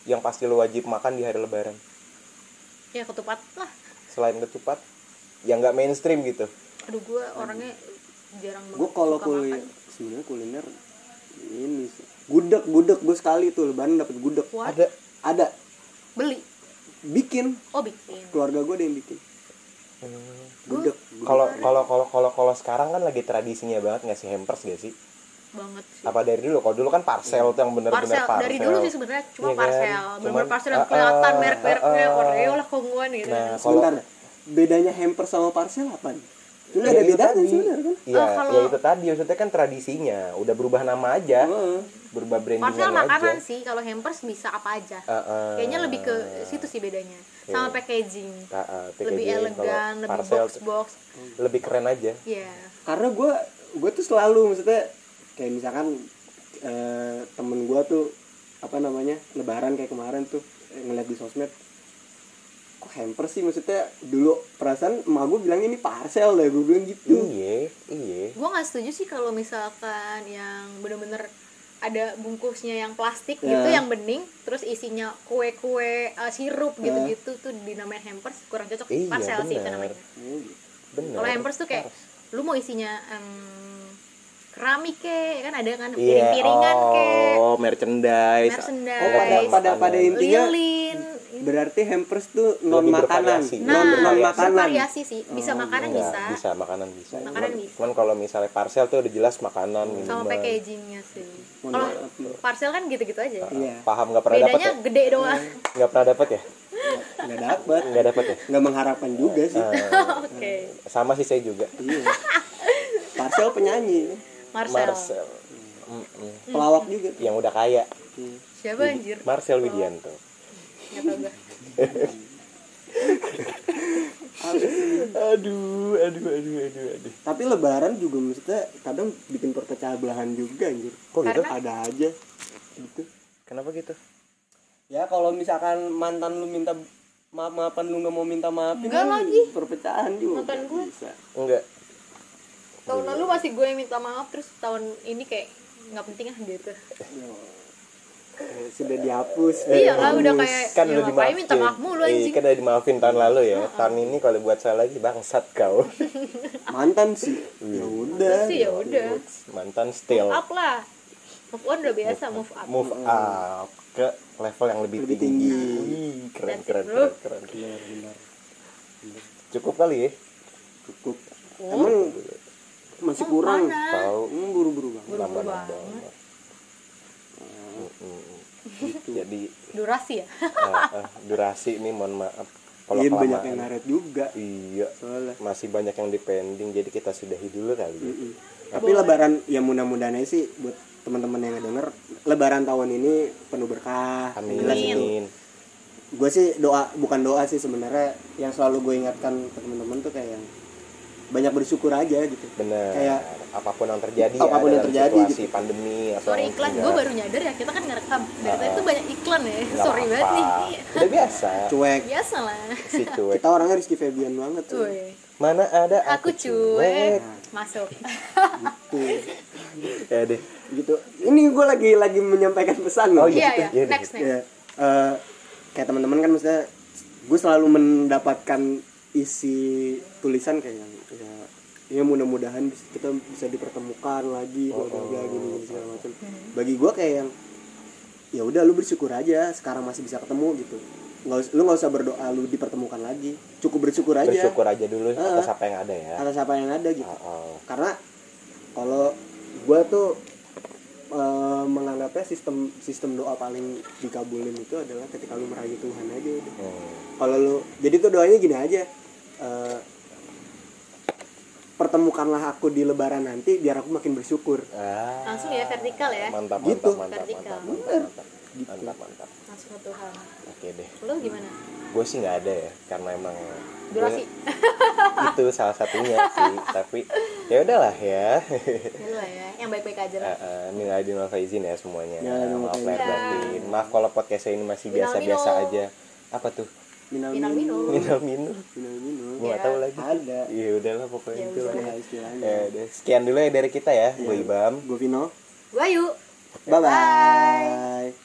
[SPEAKER 2] yang pasti lo wajib makan di hari lebaran
[SPEAKER 1] Ya ketupat lah.
[SPEAKER 2] selain ketupat yang nggak mainstream gitu
[SPEAKER 1] Aduh gue orangnya jarang banget.
[SPEAKER 3] gue kalau
[SPEAKER 1] suka
[SPEAKER 3] kuliner
[SPEAKER 1] makan.
[SPEAKER 3] sebenarnya kuliner ini sih gudeg gudeg gue sekali tuh lebaran dapet gudeg
[SPEAKER 1] What?
[SPEAKER 2] ada
[SPEAKER 3] ada
[SPEAKER 1] Beli.
[SPEAKER 3] bikin
[SPEAKER 1] Oh bikin.
[SPEAKER 3] keluarga gue ada yang bikin gudeg
[SPEAKER 2] kalau kalau kalau kalau kalau sekarang kan lagi tradisinya banget ngasih hampers gak sih
[SPEAKER 1] Banget sih.
[SPEAKER 2] apa dari dulu kalau dulu kan parcel tuh yang
[SPEAKER 1] Parcel.
[SPEAKER 2] bener-bener parcel,
[SPEAKER 1] dari dulu sih sebenarnya cuma
[SPEAKER 2] Iya kan?
[SPEAKER 1] parcel, bener
[SPEAKER 2] Cuman,
[SPEAKER 1] parcel yang
[SPEAKER 2] ah,
[SPEAKER 1] kelihatan
[SPEAKER 2] ah,
[SPEAKER 1] merek-mereknya
[SPEAKER 2] ah, ah.
[SPEAKER 1] Oreo lah kongguan gitu.
[SPEAKER 2] nah kalau Iya,
[SPEAKER 3] sebentar bedanya hamper sama parcel apa nih Sebenarnya ada bedanya
[SPEAKER 2] ya tadi.
[SPEAKER 3] sebenarnya kan
[SPEAKER 2] Iya,
[SPEAKER 1] Oh, kalau-
[SPEAKER 2] ya itu tadi maksudnya kan tradisinya udah berubah nama aja,
[SPEAKER 3] Heeh.
[SPEAKER 2] berubah
[SPEAKER 1] Oh. Parcel
[SPEAKER 2] brandingnya aja.
[SPEAKER 1] makanan sih, kalau hampers bisa apa aja.
[SPEAKER 2] Ah, ah.
[SPEAKER 1] Kayaknya lebih ke situ sih bedanya. Sama packaging.
[SPEAKER 2] Ah, ah,
[SPEAKER 1] Lebih
[SPEAKER 2] packaging kalau
[SPEAKER 1] elegan, lebih
[SPEAKER 2] parcel
[SPEAKER 1] box-box.
[SPEAKER 2] lebih keren aja.
[SPEAKER 1] Ya.
[SPEAKER 3] karena gue gue tuh selalu maksudnya kayak misalkan eh, temen gue tuh apa namanya lebaran kayak kemarin tuh eh, ngeliat di sosmed kok hamper sih maksudnya dulu perasaan emak gue bilang ini parcel deh gue bilang gitu
[SPEAKER 2] Iya, iya.
[SPEAKER 1] Gue nggak setuju sih kalau misalkan yang bener-bener ada bungkusnya yang plastik gitu
[SPEAKER 3] Ya.
[SPEAKER 2] Iya.
[SPEAKER 1] yang bening terus isinya kue-kue eh, sirup gitu-gitu tuh dinamain hampers kurang cocok
[SPEAKER 2] Iya,
[SPEAKER 1] parcel sih itu
[SPEAKER 2] bener. Iya.
[SPEAKER 1] namanya
[SPEAKER 3] Iya, gitu.
[SPEAKER 2] Bener.
[SPEAKER 1] kalau hampers tuh kayak lu mau isinya em, mmm, keramik ke kan ada kan
[SPEAKER 2] Iya,
[SPEAKER 1] piring-piringan ke
[SPEAKER 2] oh merchandise
[SPEAKER 1] merchandise
[SPEAKER 3] Oh, pada pada pada intinya
[SPEAKER 1] lilin
[SPEAKER 3] berarti hampers tuh non makanan,
[SPEAKER 2] bervariasi.
[SPEAKER 1] nah
[SPEAKER 3] non non makanan.
[SPEAKER 1] variasi sih bisa makanan
[SPEAKER 2] Enggak,
[SPEAKER 1] bisa,
[SPEAKER 2] Oh, iya, bisa makanan bisa
[SPEAKER 1] Makanan
[SPEAKER 2] cuman,
[SPEAKER 1] bisa.
[SPEAKER 2] cuman kalau misalnya parcel tuh udah jelas makanan
[SPEAKER 1] sama
[SPEAKER 2] minuman.
[SPEAKER 1] packagingnya sih
[SPEAKER 3] Mohon
[SPEAKER 1] kalau
[SPEAKER 3] maaf, ya.
[SPEAKER 1] parcel kan gitu-gitu aja
[SPEAKER 3] Iya,
[SPEAKER 2] paham nggak pernah dapat
[SPEAKER 1] bedanya
[SPEAKER 2] ya
[SPEAKER 1] gede doang
[SPEAKER 2] nggak pernah dapat ya
[SPEAKER 3] nggak dapet,
[SPEAKER 2] nggak dapat ya
[SPEAKER 3] nggak mengharapkan juga sih.
[SPEAKER 1] oke
[SPEAKER 2] sama sih saya juga
[SPEAKER 3] Iya. Parcel penyanyi,
[SPEAKER 1] Marcel.
[SPEAKER 2] Marcel Mm-mm.
[SPEAKER 3] pelawak juga.
[SPEAKER 2] yang udah kaya
[SPEAKER 3] Iya.
[SPEAKER 1] siapa anjir
[SPEAKER 2] Marcel Widianto
[SPEAKER 1] nggak tahu gue
[SPEAKER 2] aduh aduh aduh aduh aduh
[SPEAKER 3] Tapi Lebaran juga maksudnya kadang bikin perpecahan belahan juga anjir.
[SPEAKER 2] kok gitu
[SPEAKER 1] Karena-
[SPEAKER 3] Ada aja gitu.
[SPEAKER 2] kenapa gitu
[SPEAKER 3] Ya kalau misalkan mantan lu minta maaf maafan lu nggak mau minta maafin
[SPEAKER 1] Nggak
[SPEAKER 3] kan
[SPEAKER 1] lagi.
[SPEAKER 3] perpecahan juga
[SPEAKER 1] Mantan
[SPEAKER 3] nggak
[SPEAKER 1] gue.
[SPEAKER 3] bisa.
[SPEAKER 2] enggak Iya.
[SPEAKER 1] tahun lalu masih gue yang minta maaf terus tahun ini kayak nggak penting ah gitu
[SPEAKER 2] Iya,
[SPEAKER 3] Eh, sudah dihapus
[SPEAKER 1] iya lah udah kayak
[SPEAKER 2] kan
[SPEAKER 1] ya
[SPEAKER 2] udah
[SPEAKER 1] ngapain
[SPEAKER 2] dimaafin
[SPEAKER 1] minta maaf mulu
[SPEAKER 2] Iya,
[SPEAKER 1] anjing
[SPEAKER 2] kan udah dimaafin tahun lalu ya tahun ini kalau buat saya lagi bangsat kau
[SPEAKER 3] Eh, mantan sih
[SPEAKER 2] Iya.
[SPEAKER 3] ya udah
[SPEAKER 1] Terus sih ya udah
[SPEAKER 2] mantan still
[SPEAKER 1] up lah move on udah biasa move up
[SPEAKER 2] move up ke level yang lebih,
[SPEAKER 3] Lebih
[SPEAKER 2] tinggi,
[SPEAKER 3] tinggi.
[SPEAKER 2] Wih, keren,
[SPEAKER 1] That's it,
[SPEAKER 2] keren,
[SPEAKER 1] bro.
[SPEAKER 2] keren keren
[SPEAKER 3] benar benar
[SPEAKER 2] cukup kali ya
[SPEAKER 3] cukup emang masih
[SPEAKER 1] Oh.
[SPEAKER 3] kurang
[SPEAKER 1] mana
[SPEAKER 2] tahu
[SPEAKER 3] Hmm, buru-buru banget
[SPEAKER 1] Ah, buru-buru
[SPEAKER 2] Lama
[SPEAKER 1] banget
[SPEAKER 2] banget.
[SPEAKER 3] Hmm.
[SPEAKER 2] Mm-mm.
[SPEAKER 3] Gitu.
[SPEAKER 2] jadi
[SPEAKER 1] durasi ya
[SPEAKER 2] eh, eh, durasi ini mohon maaf kalau
[SPEAKER 3] iya banyak yang
[SPEAKER 2] kelamaan
[SPEAKER 3] ngaret juga
[SPEAKER 2] iya
[SPEAKER 3] soalnya
[SPEAKER 2] masih banyak yang depending jadi kita sudahi dulu kali ya.
[SPEAKER 3] Mm-mm. tapi lebaran ya mudah-mudahan aja sih buat teman-teman yang denger lebaran tahun ini penuh berkah
[SPEAKER 2] amin,
[SPEAKER 3] Jelas itu. gue sih doa bukan doa sih sebenarnya yang selalu gue ingatkan ke teman-teman tuh kayak yang banyak bersyukur aja gitu
[SPEAKER 2] bener
[SPEAKER 3] Kayak-
[SPEAKER 2] apapun yang terjadi
[SPEAKER 3] Apapun yang
[SPEAKER 2] dalam
[SPEAKER 3] terjadi
[SPEAKER 2] situasi
[SPEAKER 3] gitu.
[SPEAKER 2] pandemi atau
[SPEAKER 1] sorry iklan
[SPEAKER 2] enggak.
[SPEAKER 1] gue baru nyadar ya kita kan ngerekam dari tadi
[SPEAKER 2] Ah.
[SPEAKER 1] tuh banyak iklan ya
[SPEAKER 2] Nggak
[SPEAKER 1] sorry banget
[SPEAKER 2] apa-apa.
[SPEAKER 1] nih Iya,
[SPEAKER 2] udah biasa
[SPEAKER 3] cuek
[SPEAKER 1] biasa lah
[SPEAKER 2] si cuek
[SPEAKER 3] kita orangnya Rizky Febian banget tuh
[SPEAKER 1] cuy
[SPEAKER 2] mana ada
[SPEAKER 1] aku cuek masuk
[SPEAKER 3] Tuh.
[SPEAKER 2] ya deh
[SPEAKER 3] gitu ini gue lagi lagi menyampaikan pesan
[SPEAKER 2] Oh,
[SPEAKER 3] loh.
[SPEAKER 2] iya,
[SPEAKER 1] iya
[SPEAKER 2] gitu,
[SPEAKER 1] ya
[SPEAKER 2] iya,
[SPEAKER 1] next
[SPEAKER 3] Iya.
[SPEAKER 1] next
[SPEAKER 3] Eh, kayak teman-teman kan maksudnya gue selalu mendapatkan isi tulisan kayak yang ya, ya mudah-mudahan bis- kita bisa dipertemukan lagi bla bla bla gini gini segala macam bagi gue kayak yang ya udah lu bersyukur aja sekarang masih bisa ketemu gitu nggak us- lu nggak usah berdoa lu dipertemukan lagi cukup bersyukur aja
[SPEAKER 2] bersyukur aja dulu
[SPEAKER 3] Ah.
[SPEAKER 2] atas apa yang ada ya
[SPEAKER 3] atas apa yang ada gitu
[SPEAKER 2] Ah, ah.
[SPEAKER 3] karena kalau gue tuh eh, menganggapnya sistem sistem doa paling dikabulin itu adalah ketika lu merayu Tuhan aja udah.
[SPEAKER 2] Hmm.
[SPEAKER 3] kalau lu jadi tuh doanya gini aja eh, pertemukanlah aku di lebaran nanti biar aku makin bersyukur
[SPEAKER 2] Ah.
[SPEAKER 1] langsung ya vertikal ya
[SPEAKER 2] mantap
[SPEAKER 3] Gitu.
[SPEAKER 2] mantap
[SPEAKER 1] Vertikal.
[SPEAKER 2] mantap mantap mantap mantap mantap
[SPEAKER 1] langsung ke Tuhan
[SPEAKER 2] oke deh
[SPEAKER 1] lo gimana
[SPEAKER 2] gue sih nggak ada ya karena emang gue-
[SPEAKER 1] durasi
[SPEAKER 2] itu salah satunya sih tapi ya udahlah ya
[SPEAKER 1] ya lah ya yang baik-baik aja lah
[SPEAKER 2] Eh, eh, minal aidin wal faizin ya semuanya
[SPEAKER 3] Ya, minal
[SPEAKER 2] maaf
[SPEAKER 3] aidin.
[SPEAKER 2] lahir batin maaf kalau podcast saya ini masih
[SPEAKER 1] Iya. Minal
[SPEAKER 2] biasa biasa
[SPEAKER 1] minul.
[SPEAKER 2] aja apa tuh
[SPEAKER 3] minal
[SPEAKER 1] Minal minul.
[SPEAKER 2] minum minum
[SPEAKER 3] minal minul
[SPEAKER 2] gue nggak
[SPEAKER 1] Ya.
[SPEAKER 2] tahu lagi
[SPEAKER 3] ada
[SPEAKER 2] ya udahlah pokoknya
[SPEAKER 1] Ya
[SPEAKER 2] itu lah
[SPEAKER 1] udah.
[SPEAKER 3] ya
[SPEAKER 2] ya.
[SPEAKER 3] istilahnya
[SPEAKER 2] udah. Eh. sekian dulu ya dari kita ya gue ibam
[SPEAKER 3] gue Vino
[SPEAKER 1] gue yuk
[SPEAKER 3] bye bye